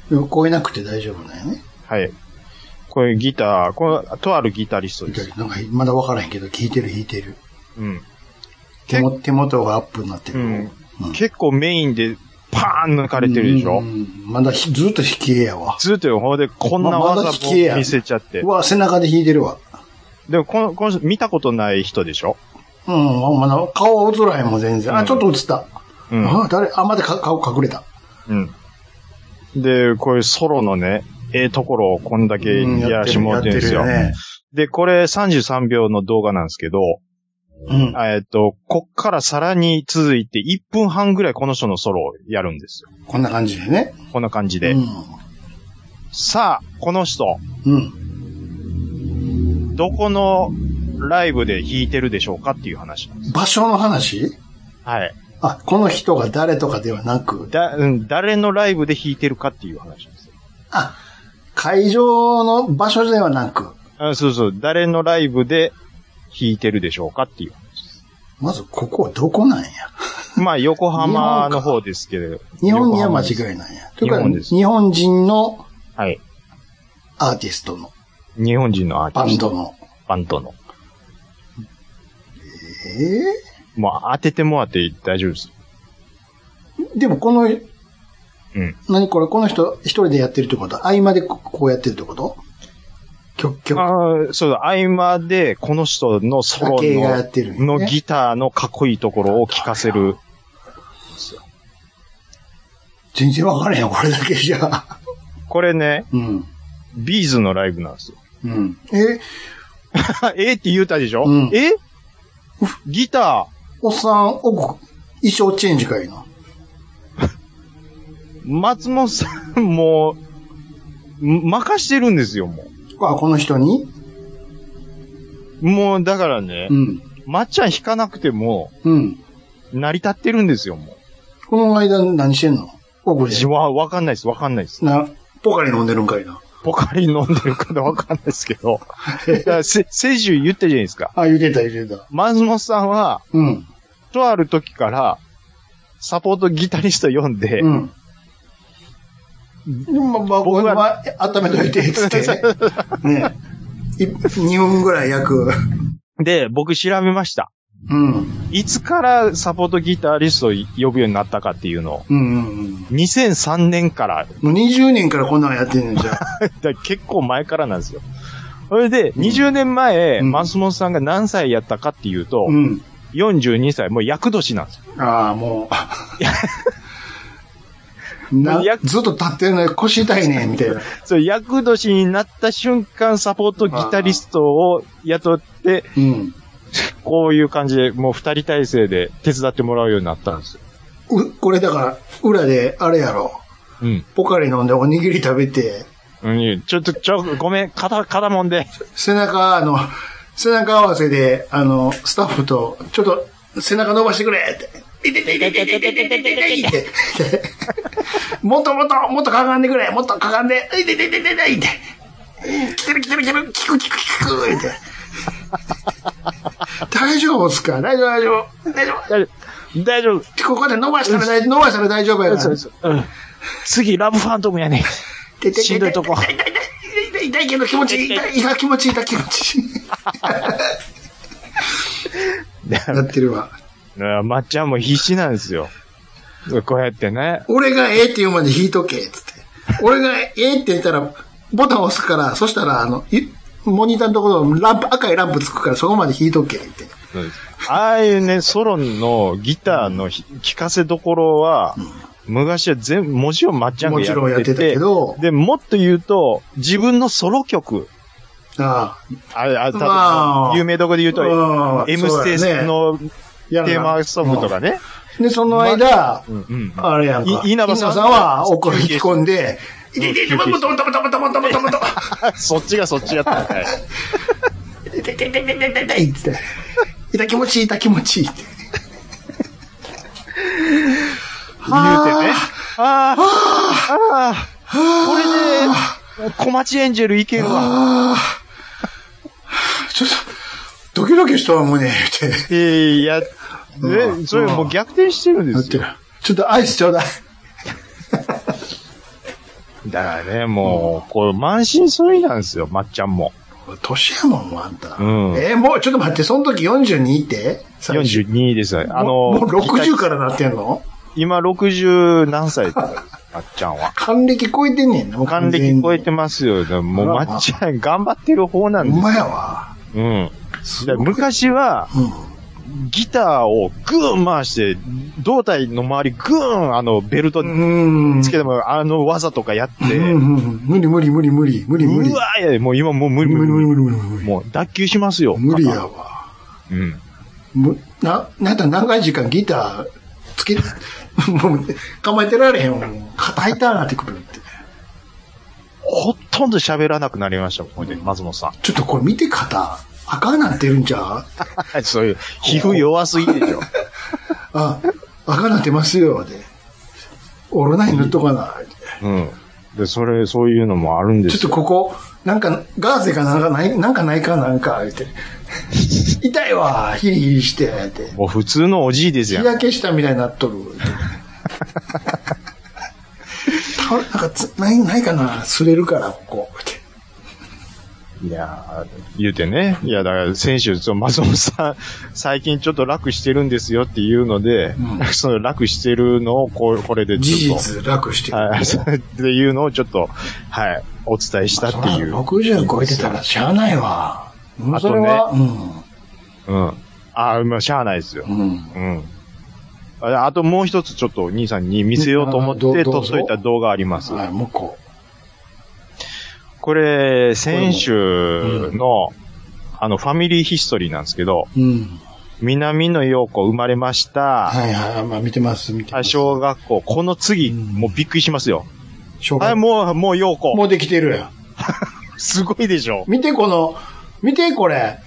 聞こえなくて大丈夫だよね。はい。これギター、これ、とあるギタリストです。なんかまだわからへんけど、聞いてる弾いてる。うん。手も手元がアップになってる。うんうん結構メインで、パーン抜かれてるでしょ、うんまだひずっと引き絵やわ。ずっとよ、ほんで、こんなまま技だ引けやも見せちゃってう。わ、背中で弾いてるわ。でも、この、この人、見たことない人でしょうん、まだ顔は映らへんもん全然。うあ、んちょっと映った。うん。あ、誰あ、まだか顔隠れた。うん。で、こういうソロのね、ええところをこんだけうんやらしてもらってるんですよ。やってで、これ33秒の動画なんですけど、るよね。えっと、こっからさらに続いて1分半ぐらいこの人のソロをやるんですよ。うん。こんな感じでね。こんな感じで。うさあ、この人、ん。うん。どこのライブで弾いてるでしょうかっていう話なんです。場所の話はい。あ、この人が誰とかではなく、だ、うん、誰のライブで弾いてるかっていう話です。あ、会場の場所ではなく、あそうそう。誰のライブで弾いてるでしょうかっていう。まずここはどこなんや。まあ、横浜の方ですけど。日本には間い。違いないや。とい日うか、本です日本人のはい。アーティストの、日本人のアーテバンィスト。ドの。バンドの。ええもう当ててもらって大丈夫です。でもこの、うん何これ、この人一人でやってるってこと合間でここうやってるってこと曲、曲、ああ、そうだ。合間で、この人のソロだけがやっの、てるんやねのギターのかっこいいところを聴かせる。全然わからへんよ、これだけじゃ。 これね、うん。ビーズのライブなんですよ。 うん。え、えって言うたでしょ、うんえギタおっさん、お衣装チェンジかいな。ー、松本さん、もう、任してるんですよ、もあ、この人にう。もう、だからねう、ん。まっちゃん引かなくても、うん。成り立ってるんですよ、もこの間何してんのおこう。じわ、わかんないです、わかんないです。な、ポカリ飲んでるんかいな。ポカリ飲んでるからわかんないですけど。だからせ、せいじゅう言ったじゃないですか。あ、言うてた言うてた。松本さんは、うん。とある時から、サポートギタリスト読んで、うん。まあ、まあ、僕僕はは温めといて、つって ね。ね。い2分ぐらい焼く。で、僕調べました。うん。いつからサポートギタリストを呼ぶようになったかっていうのを。うんうんうん。 2003年から、もう20年からこんなのやってんねん、じゃあ。だ結構前からなんですよ。それで、20年前、うん松本さんが何歳やったかっていうと、うん。 42歳、もう役年なんですよ。ああ、もう。ないやずっと立ってるのに腰痛いね、みたいな。それ役年になった瞬間、サポートギタリストを雇って、うん。こういう感じで、もう二人体制で手伝ってもらうようになったんですよ。うこれだから、裏で、あれやろ。うん。ポカリ飲んでおにぎり食べて、うん、ちょっと、ちょ、ごめん、肩、肩もんで。背中、あの、背中合わせで、あの、スタッフと、ちょっと、背中伸ばしてくれって。いててててててててててててもっともっと、もっとかがんでくれもっとかがんで、いててててていて。来てる来てる来てる、聞く聞く聞く言うて。大丈夫っすか大丈夫大丈夫。大丈夫。大丈夫大丈夫。ここで伸ばしたら大丈夫、伸ばしたら大丈夫やから。うん次、ラブファントムやね。しんどいとこ痛い痛い痛い痛い痛いけど気持ちいい。痛い痛い気持ちいい痛い気持ちいい。なってるわ。うんまっちゃんも必死なんですよ。こうやってね。俺がええって言うまで引いとけ、つって。俺がええって言ったら、ボタン押すから、そしたら、あの、いモニターのところ、ランプ、赤いランプつくから、そこまで引いとけ、って。ああいうね、ソロのギターのひ聴かせどころは、昔は全部、もちろんまっちゃんがもちろんややっっててたてけ、ど、で、もっと言うと、自分のソロ曲、ああ、あ、またあ有名どこで言うと、うん M スそうテやねスのあ、テーマソングとかね。うん。で、その間、うんうんあれやんか。い稲葉さんは、お声引き込んで、いててて、もっともっともっともっともっともっともっと、そっちがそっちやったんかい。いててててててていって。痛気持ちいい、痛気持ちいいって。言うてね。ああ、ああ、これで、小町エンジェルいけるわ。ちょっと、ドキドキしたわ、もうね、言うて。えいや、ねうんそれもう逆転してるんでだっすてよ。、ちょっとアイスちょうだい。だからね、もう、こう、満身創痍なんですよ、まっちゃんも。年やもん、もうあんた。うんえーもうちょっと待って、その時42って40 42ですよ。ああの、のもう、60からなってんの 今60何歳ですか、まっちゃんは。還暦超えてんねんな、もう還完全暦に超えてますよ。でももう、あらまっちゃん頑張ってる方なうんです。まやわ。うん。すだからごい昔は、ギターをグーン回して、胴体の周りグーン、あの、ベルトうん。うん。つけても、あの技とかやって、うんううん無理無理無理無理無理無理。わーいや、もう今もう無理無無理理無理無理無理無理。もう脱臼しますよ。無理まやわ。た。うん。むな、なんだ長い時間ギターつけ、 もう、構えてられへんわ。もう肩痛なってくるって。ほとんど喋らなくなりましたもん、ほん で、松本さ。ちょっとこれ見て肩、赤なってるんちゃうんそういう、皮膚弱すぎでしょ。あ、赤なってますよ、で。オロナイン塗っとかな。うん。で、それ、そういうのもあるんでちょっすとよ。ここ、なんか、ガーゼかなんかない、なんかないかなんか、って。痛いわ、ヒリヒリして、って。もう普通のおじいです日やん。焼けしたみたいになっとる。ってタオルなんかつ、ない、ないかな、擦れるから、ここ。っていやー言うてね。いや、だから先週、その松本さん、最近ちょっと楽してるんですよっていうので、う その楽してるのをこう、これで事ちょっと。実、楽してる。はい、 それっていうのをちょっと、はい、お伝えしたっていう。 60超えてたらしゃあないわ。あそとれねは、うん。ああ、まあ、しゃあないですよう。ん。うん。うん。ああともう一つちょっと兄さんに見せようと思っうんてあど撮うっぞといた動画あります。はい、もうここれ、先週の、あの、ファミリーヒストリーなんですけど、う。うん。南野陽子生まれました。はいはい。まあ見てます、見てまあす。小学校。この次、うんもうびっくりしますよ。小はい、学もう、もう陽校。子。もうできてるやん。すごいでしょ。見てこの、見てこ れ。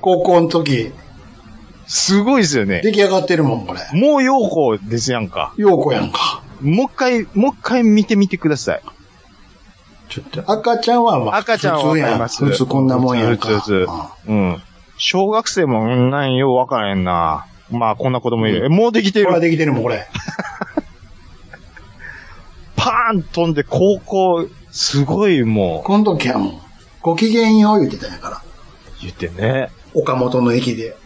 高校の時、すごいですよね。出来上がってるもん、これ。もう陽子ですやんか。ようこやんか。もう一回、もう一回見てみてください。ちょっと、赤ちゃんはまあ赤ちゃんは普わ通かやりん。ます。普通こんなもんやんか。普通、普通。うん。小学生も、うん、なんよ、わからへんな。まあ、こんな子供いる。えもうできてうんほら、る。できてるもん、これ。パーン飛んで、高校、すごいもこの時はもう、ご機嫌よう言ってたんやから。う、言って ね。岡本の駅で。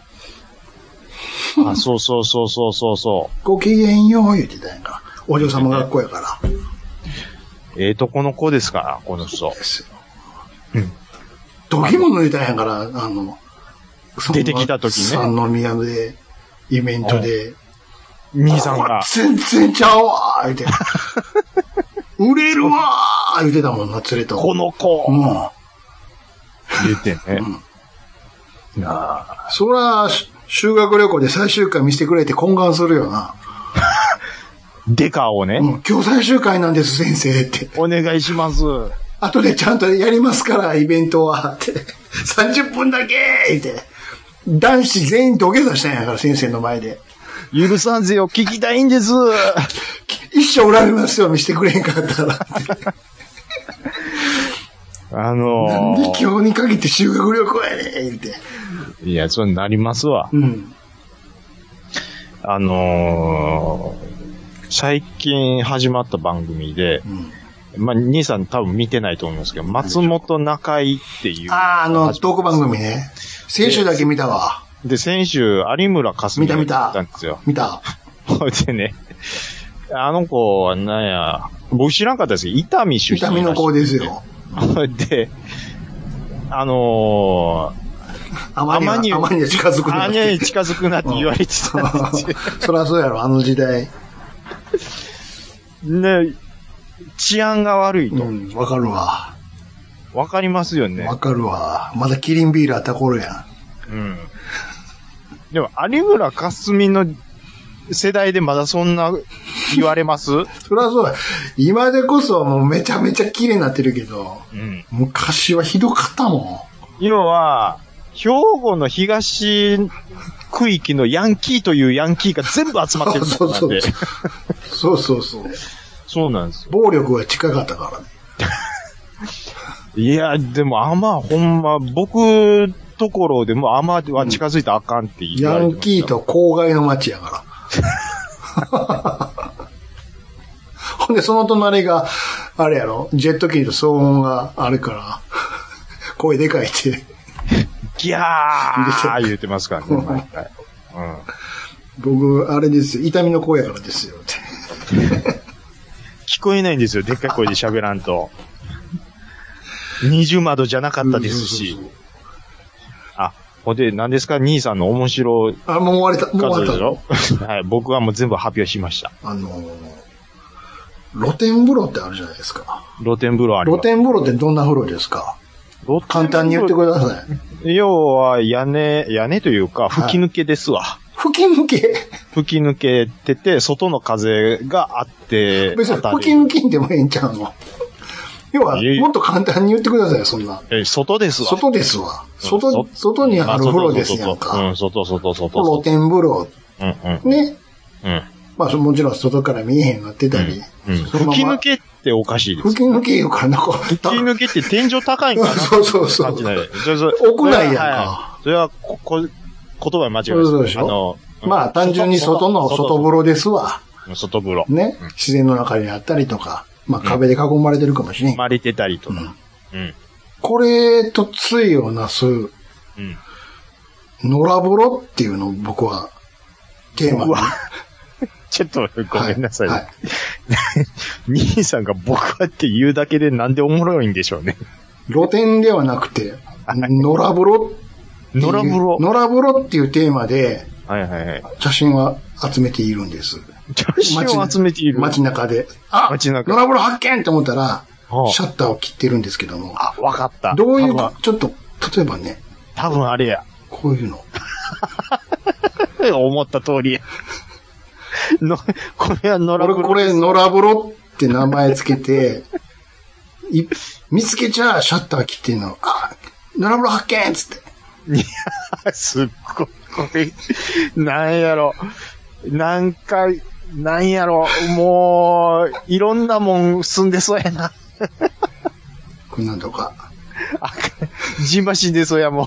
あ、そうそうそうそうそうそご機嫌よう言ってたんやから。お嬢様学校やから。う。ええとこの子ですから、この人。ですよ。うん。時も抜いたんやから、あの、その出てきた時ね三宮で、イベントで、兄さんこがこ。全然ちゃうわ ー言うて。売れるわー言うてたもんな、連れと。この子うん。言ってね。そら、し修学旅行で最終回見せてくれって懇願するよな。デカをうね、ん、今日最終回なんです、先生って。お願いします。後でちゃんとやりますから、イベントは。 って。30分だけって。男子全員土下座したんやから、先生の前で。許さんぜよ、聞きたいんです。一生恨みますよ、見せてくれへんかったら。あのなんでー、今日に限って修学旅行やねんって。いや、そうなりますわ。うん。あのー、最近始まった番組で、んまあ、兄さん多分見てないと思いますけど、松本中井っていう。あーあの、トーク番組ね。先週だけ見たわ。で、先週、有村架純見た見たが来んですよ。 見た。ほいでね、あの子は、なんや、僕知らんかったですけど、伊丹出身。痛みの子です。よ。ほい で、あのあまりは、アマニューあまりは近づくー、なあっにゃてに。近づくなって言われてたんです よ。そりゃそうやろ、あの時代。ね、治安が悪いうと。ん、わかるわ。わかりますよね。わかるわ。まだキリンビールあった頃やん。うん。でも、有村架純の世代でまだそんな言われますうそりゃそうだ。今でこそもうめちゃめちゃ綺麗になってるけど、ん。昔はひどかったも要は、兵庫の東区域のヤンキーというヤンキーが全部集まってる んそうそうで。ん。そうそうそう。そうなんですよ。暴力が近かったからね。いや、でも、あま、ほんま、僕ところでも、あまは近づいたらあかんって言ヤわれてまンしたキー。と郊外の街やから。 ほんで、その隣が、あれやろ、ジェット機と騒音があるから、声でかいって、ギャー言ってますからね、毎回。うん。僕、あれですよ、痛みの声やからですよって。聞こえないんですよ、でっかい声で喋らんと。二重窓じゃなかったですしそう。そうあ、ほんで、何ですか兄さんの面白いそう。あ、もう終わりた、もう画像終でわっ。したょはい、僕はもう全部発表しました。あのー露天風呂ってあるじゃないですか。露天風呂ありま露す。天風呂ってどんな風呂ですか露天簡単に言ってください。要は、屋根、屋根というか、吹き抜けですわ。吹き抜け。吹き抜けてて、外の風があって、別に当たる吹き抜けんでもええんちゃうの。要は、いえいえもっと簡単に言ってください、そんな。え外ですわ。外ですわ。外うん、そ外にある風呂ですやんうか。ん、外、外、外。露天風呂。うん、うん、ね。うん。まあ、そもちろん外から見えへんなってたり。うんそのま吹きま抜けっておかしいです。吹き抜け言うからな、こう。吹吹き抜けって天井高いんかな そうそうそう感じない。それそれ屋内やんかはいそれは、こ、こ、言葉間違いですそうでしょあの、まあ、単純に外の外風呂ですわ。呂。外風呂。ね。自然の中にあったりとか。まあ、壁で囲まれてるかもしれん。まれてたりとか。うん。これとついをなす、うん。野良風呂っていうのを僕は、テーマうに。わ。ちょっと、ごめんなさい。はいはい兄さんが僕はって言うだけでなんでおもろいんでしょうね。露天ではなくて、野良風呂っていう野良風呂。野良風呂っていうテーマで、はいはいはい。写真は集めているんです。女子を集めている。街中で。あ街中野良風呂発見と思ったら、はあシャッターを切ってるんですけども。あ、わかった。どういう多分か、ちょっと、例えばね、多分あれや。こういうの。思った通り。の、これは野良俺黒これ、野良風呂って名前つけて、い見つけちゃシャッター切ってんの。あ、野良風呂発見っつって。 すっごい、これ、なんやろ。何回、なんやろ。もう、いろんなもん住んでそうやな。こんなんとか。あかん。じんましんでそうやも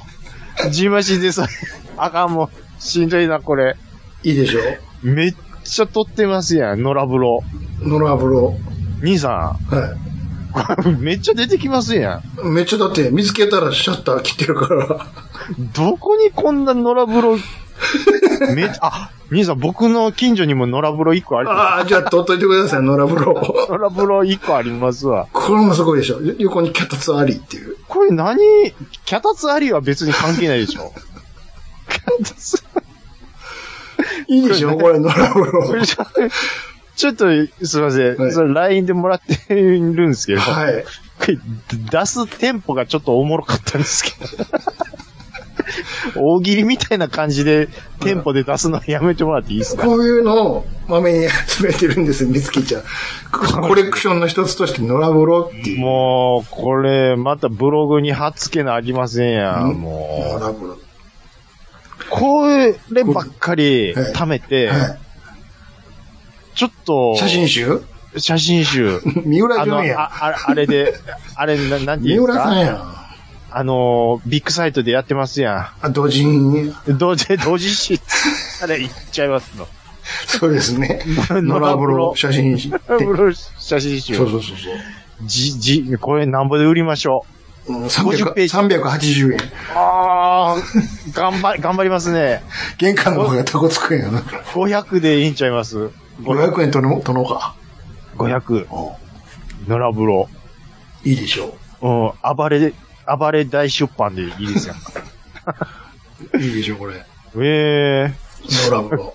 ん。じんましんでそうや。あかんもん。しんどいな、これ。いいでしょめっちゃ撮ってますやん、野良風呂。野良風呂。兄さはん、 これめっちゃ出てきますやん。い。めっちゃだって、見つけたらシャッター切ってるから。 どこにこんな野良風呂、めっちゃ、あ、兄さん、僕の近所にも野良風呂一個あり、ああ、じゃあ、取っといてください、野良風呂。野良風呂一個ありますわ。これもすごいでしょ。よ横に脚立ありっていう。これ何キャタツアリは別に関係ないでしょキャタツ いいでしょこれ、野良風ア呂リ。ちょちょっと、すいません。はいそれ LINE でもらってるんですけど、はい。これ出すテンポがちょっとおもろかったんですけ ど。大喜利みたいな感じでテンポで出すのやめてもらっていいですかこういうのを豆に集めてるんですよ、見つけ ちゃん。ココレクションの一つとして、野良風呂っていう。もう、これ、またブログに貼っつけなありませんやん。ん野も良風呂。う、こればっかり貯めて、はちょっとい。、写真集写真集、三浦あの、淳あ也。ああれで、あれ、なな三んて言うん浦ですさんかやん。あの、ビッグサイトでやってますやあ、土人に。ん。同時、同時し、あれ、言っちゃいますの。そうですね。野 野良風呂良風呂写真集。ブルー写真そう集。そうそうそう。じ、じ、これなんぼで売りましょうん、 50ページ300 380円。う。あー、頑張、頑張りますね。玄関の方がタコつくんやな。 500でいいんちゃいます。 500円との、とのか。 500。う野良風呂。んいいでしょうん、暴れ、暴れ大出版でい いですよ。う。いいでしょう、これ。ええ野良風呂。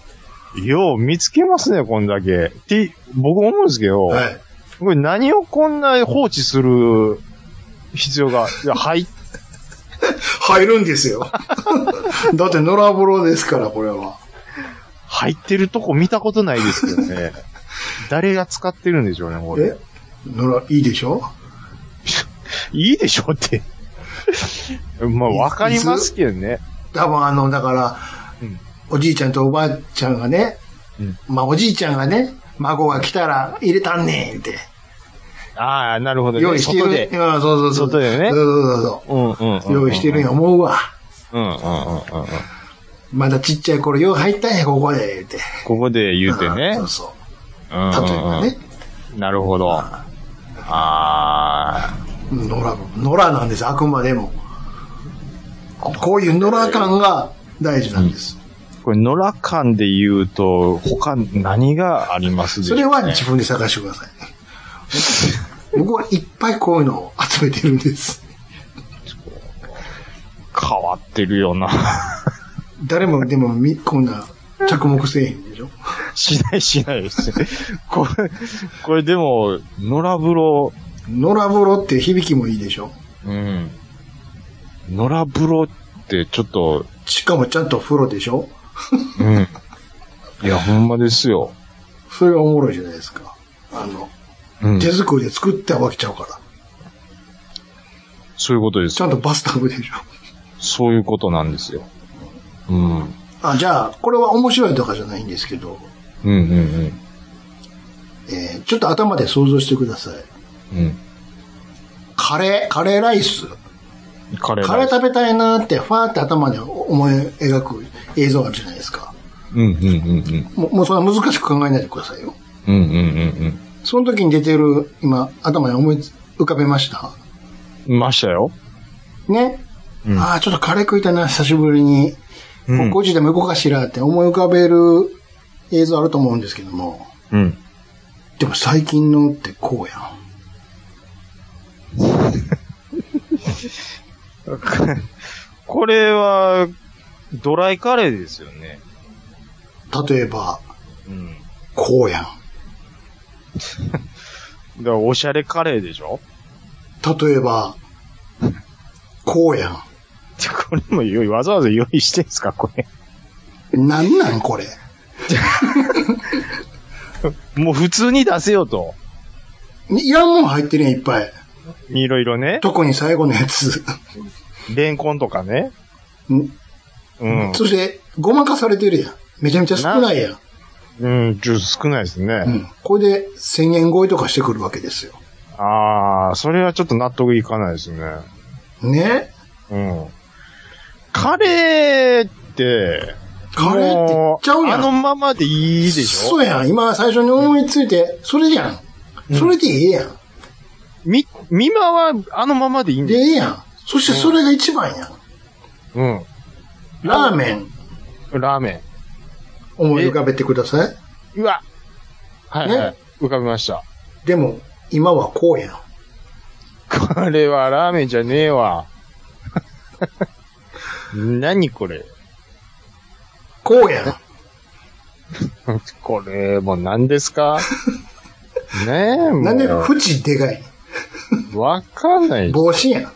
ー、よう見つけますね、こんだけ。って、僕思うんですけど、はい。これ何をこんな放置する必要が、いや、入っ 入るんですよ。だって野良風呂ですから、これは。入ってるとこ見たことないですけど ね。誰が使ってるんでしょうね、これえ。野良、いいでしょいいでしょうって。 まあ、いわかりますけどね。多分あの、だから、うんおじいちゃんとおばあちゃんがね、うんまあおじいちゃんがね、孫が来たら入れたんねんって、ああ、なるほどね。用意してる。外で。うんそうそうそう。外でねそうそうそうんうんうそう。用意してるんや思うわ。うんうんうんうん。まだちっちゃい頃よう入ったんや、ここで、って。ここで 言うてねそ。うそう。うんうん例えばね、うん。なるほど。ああ野良、野良なんです、あくまでも。こういう野良感が大事なんです。ー。これ、野良間で言うと、他何がありますでしそょうねれは自分で探してください。僕はいっぱいこういうのを集めてるんです。変わってるよな。誰もでもみ、こんな着目せえへんでしょしないしないです。これ、これでも、野良風呂、野良風呂って響きもいいでしょうん。野良風呂ってちょっと、しかもちゃんと風呂でしょうん。いや、ほんまですよ。それがおもろいじゃないですか。あの、うん。手作りで作ったわけちゃうから。そういうことですちゃ。んとバスタブでしょそういうことなんですよ。うん。うんあ、じゃあ、これは面白いとかじゃないんですけど、うんうん。えー、ちょっと頭で想像してください。うん。カレー、カレーライス。カレーカレー食べたいなーって、ファーって頭で思い描く映像あるじゃないですか。うんうんうんうん。もう、もうそんな難しく考えないでくださいよ。うんうんうんその時に出てる、今、頭に思い浮かべましたうん。ましたよ。ね、うんああ、ちょっとカレー食いたいな、久しぶりに。うん5時でも行こうかしらって思い浮かべる映像あると思うんですけども。うん。でも最近のってこうやん。これは、ドライカレーですよね。例えば、うん。こうやん。だから、おしゃれカレーでしょ例えば、こうやん。 これも用意、わざわざ用意してんすかこれ。なんなんこれ。もう普通に出せよと。いらんもん入ってるやん、いっぱい。いろいろね。特に最後のやつ。レンコンとかね。んうん。そして、ごまかされてるやん。めちゃめちゃ少ないやん。うん、ちょっと少ないですうね。ん。これで1000円超えとかしてくるわけですよ。ああ、それはちょっと納得いかないですね。ねうん。カレーって、カレーって言っちゃうやん。もあのままでいいでしそょうやん。今最初に思いついて、それやん。それでええやん。み、見間はあのままでいいんでだえよ。えやん。そしてそれが一番やん。うん。ラーメン、ラーメ思い浮かべてください。ン。うわ。はい、はい。ね浮かびました。でも、今はこうやん。これはラーメンじゃね えわ。何これ。こうやん。これ、もう何で すかねえ、もう。なんで、縁でかい。わかんない。帽子やん。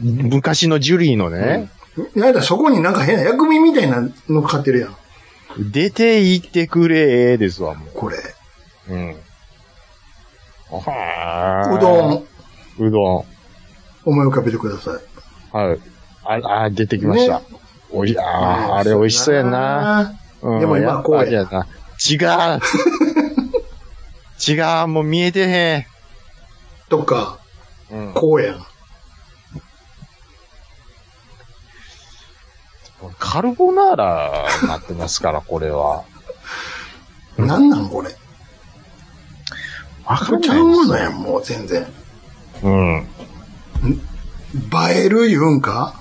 昔のジュリーのね、やだ、そこになんか変な薬味みたいなの買ってるやん。出て行ってくれ、ですわ、もこれ。う。うん。はあうど。ん、うどん。思い浮かべてください。はい。あ、あ、出てきました。ねおい、あーあれ美味しそうやな。。うんでも今こうやっぱりやな。 違う。違う、もう見えてへとか、ん。うん。こうやん。カルボナーラになってますから、これは。なんなんこれ。わかんちなゃいうもでのやん、もう全然。す。うん。映映える言うんか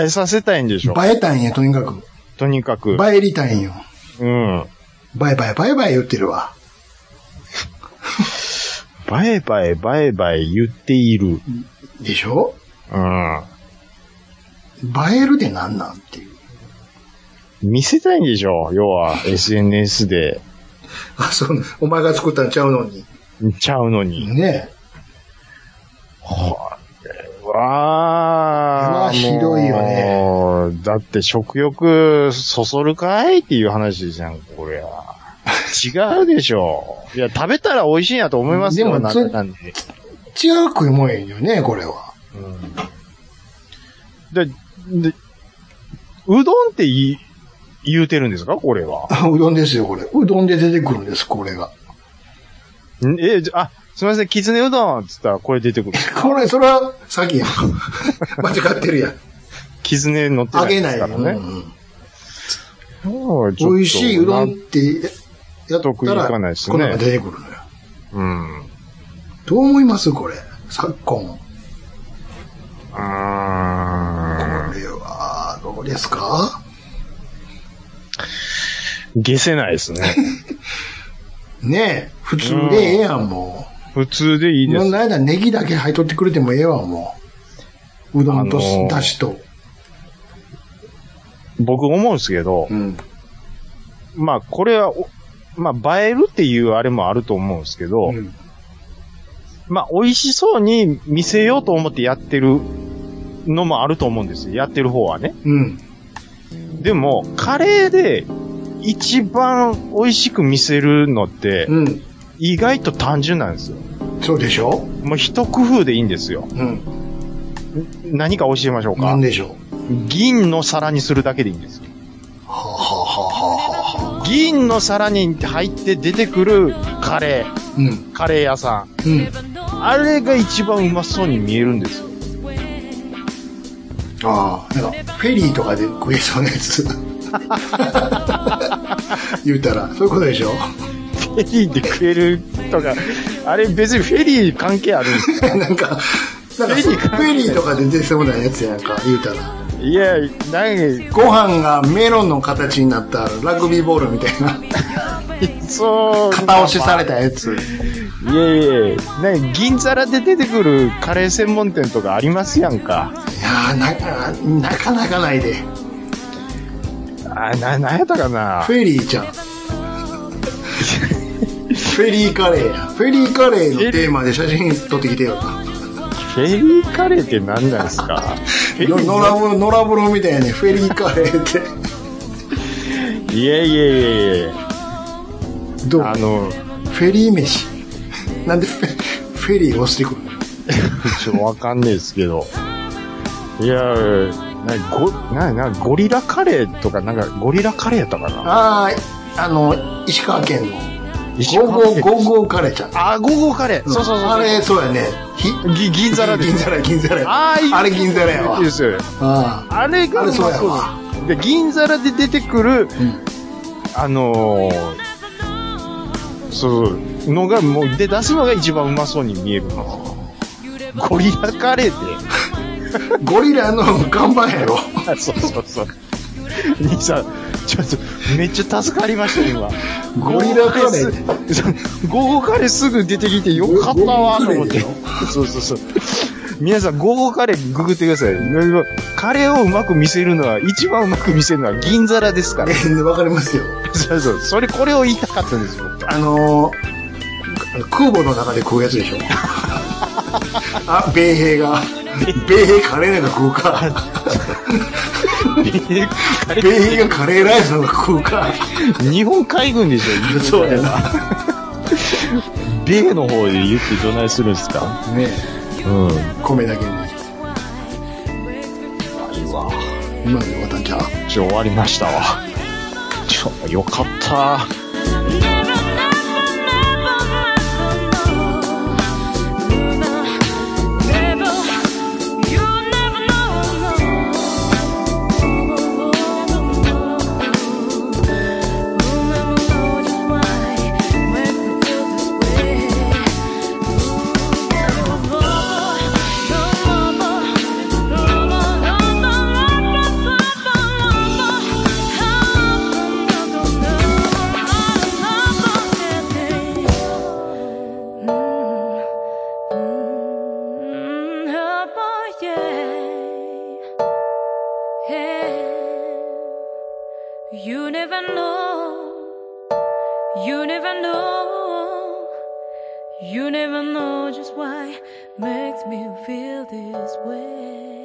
えさせたいんでしょ。映えたんや、とにかく。とにかく。映えりたいんよ。うん。バイバイバイバイ言ってるわ。バイバイ、バイバイ言っている。でしょうん。映えるでなんなんっていう。見せたいんでしょ要は、SNS で。あ、そう、お前が作ったんちゃうのに。ちゃうのに。ねわあ。これはひどいよねもう。だって食欲そそるかいっていう話じゃん、これは。違うでしょ。いや、食べたら美味しいなと思いますよ、でもなんだかんだで。違う食い物やんよね、これは。 で、で、うどんって言い言うてるんですかこれは。あうどんですよ、これ。うどんで出てくるんです、これが。んえ、じゃあ、すみません、きつねうどんっつったらこれ出てくる。これ、それは、詐 欺やん。間違ってるやん。きつね乗ってなあいげでなすいかよ、ねらね。うんちょっと美味しいうどんって、やったら、納得いかないですねこんなのが出てくるのよ。うん。うどう思いますこれ。昨今。こーん。れは、どうですか消せな いですね。ねえ、普通でええやん、も。普通でいういで問す。題だ、ネギだけ入っとってくれてもええわ、もう。うどんとあのーだしと。僕思うんですけど、うん。まあこれはお、まあ映えるっていうあれもあると思うんですけど、うんまあ美味しそうに見せようと思ってやってるのもあると思うんですよ。やってる方はね。うん。でも、カレーで一番美味しく見せるのって、うん。意外と単純なんですよ。そうでしょもう一工夫でいいんですよ。うん。何か教えましょうなかん。でしょう銀の皿にするだけでいいんですよ。はあ、はあはあはあはあ、銀の皿に入って出てくるカレー、うん。カレー屋さん。うん。あれが一番うまそうに見えるんですよ。ああ、なんか、フェリーとかで食えそうなやつ。 言うたら、そういうことでしょ フェリーで食えるとか、あれ別にフェリー関係あるんですかなんか、なんかフェリーフェリーとかで出てそうなやつやんか、言うたら。いや、なんご飯がメロンの形になったラグビーボールみたい な、か、そう。片押しされたやつ。いやいやいやなんか銀皿で出てくるカレー専門店とかありますやんか。いやーなか、なかなかないで。あ、な、なんやったかなフェリーちゃん。フェリーカレーや。フェリーカレーのテーマで写真撮ってきてよ。フフェリーカレーって何なんですかフェリの野ー良風呂、野良風呂みたいにフェリーカレーって。いえいえいえいえ。どうあの、フェリー飯。なんでフェフェリー押してくるのちょっとわかんないですけど。いやー、な、ご、な、な、ゴリラカレーとか、なんか、ゴリラカレーやったかなああ、あの、石川県の。石ゴー川ゴー、県ゴーゴーカレーちゃん。あ、ゴーゴーカレー。そうそうそう。あれ、そうやね。ひぎ、銀皿です銀。皿、銀皿や。あーいいあれ銀皿やわいいで。すよね。ああれがあれそうやわうまそうで、銀皿で出てくる、んあのー、そう、のが、もう、で、出すのが一番うまそうに見えるの。ゴリラカレーあで。ゴリラの看板やろ。あそうそうそう。兄さん、ちょっと、めっちゃ助かりました、今。ゴリラカレーーすゴーゴーカレーすぐ出てきてよかったわ、と思ってゴーゴー。そうそうそう。皆さん、ゴーゴーカレーググってください。カレーをうまく見せるのは、一番うまく見せるのは銀皿ですから。えわかりますよ。そうそう。それ、これを言いたかったんですよ。あのー、空母の中で食うやつでしょ。 あ、米兵が。米兵カレーなんか食うか。カレ米兵がカレーライスなんか食うか。ー日本海軍でしょそうやな。米の方で言ってどないするんですかねうん。米だけに。いいわ。今でまたじゃあ。ちょ、終わりましたわ。ちょ、よかった。 You never know. You never know. You never know just why makes me feel this way.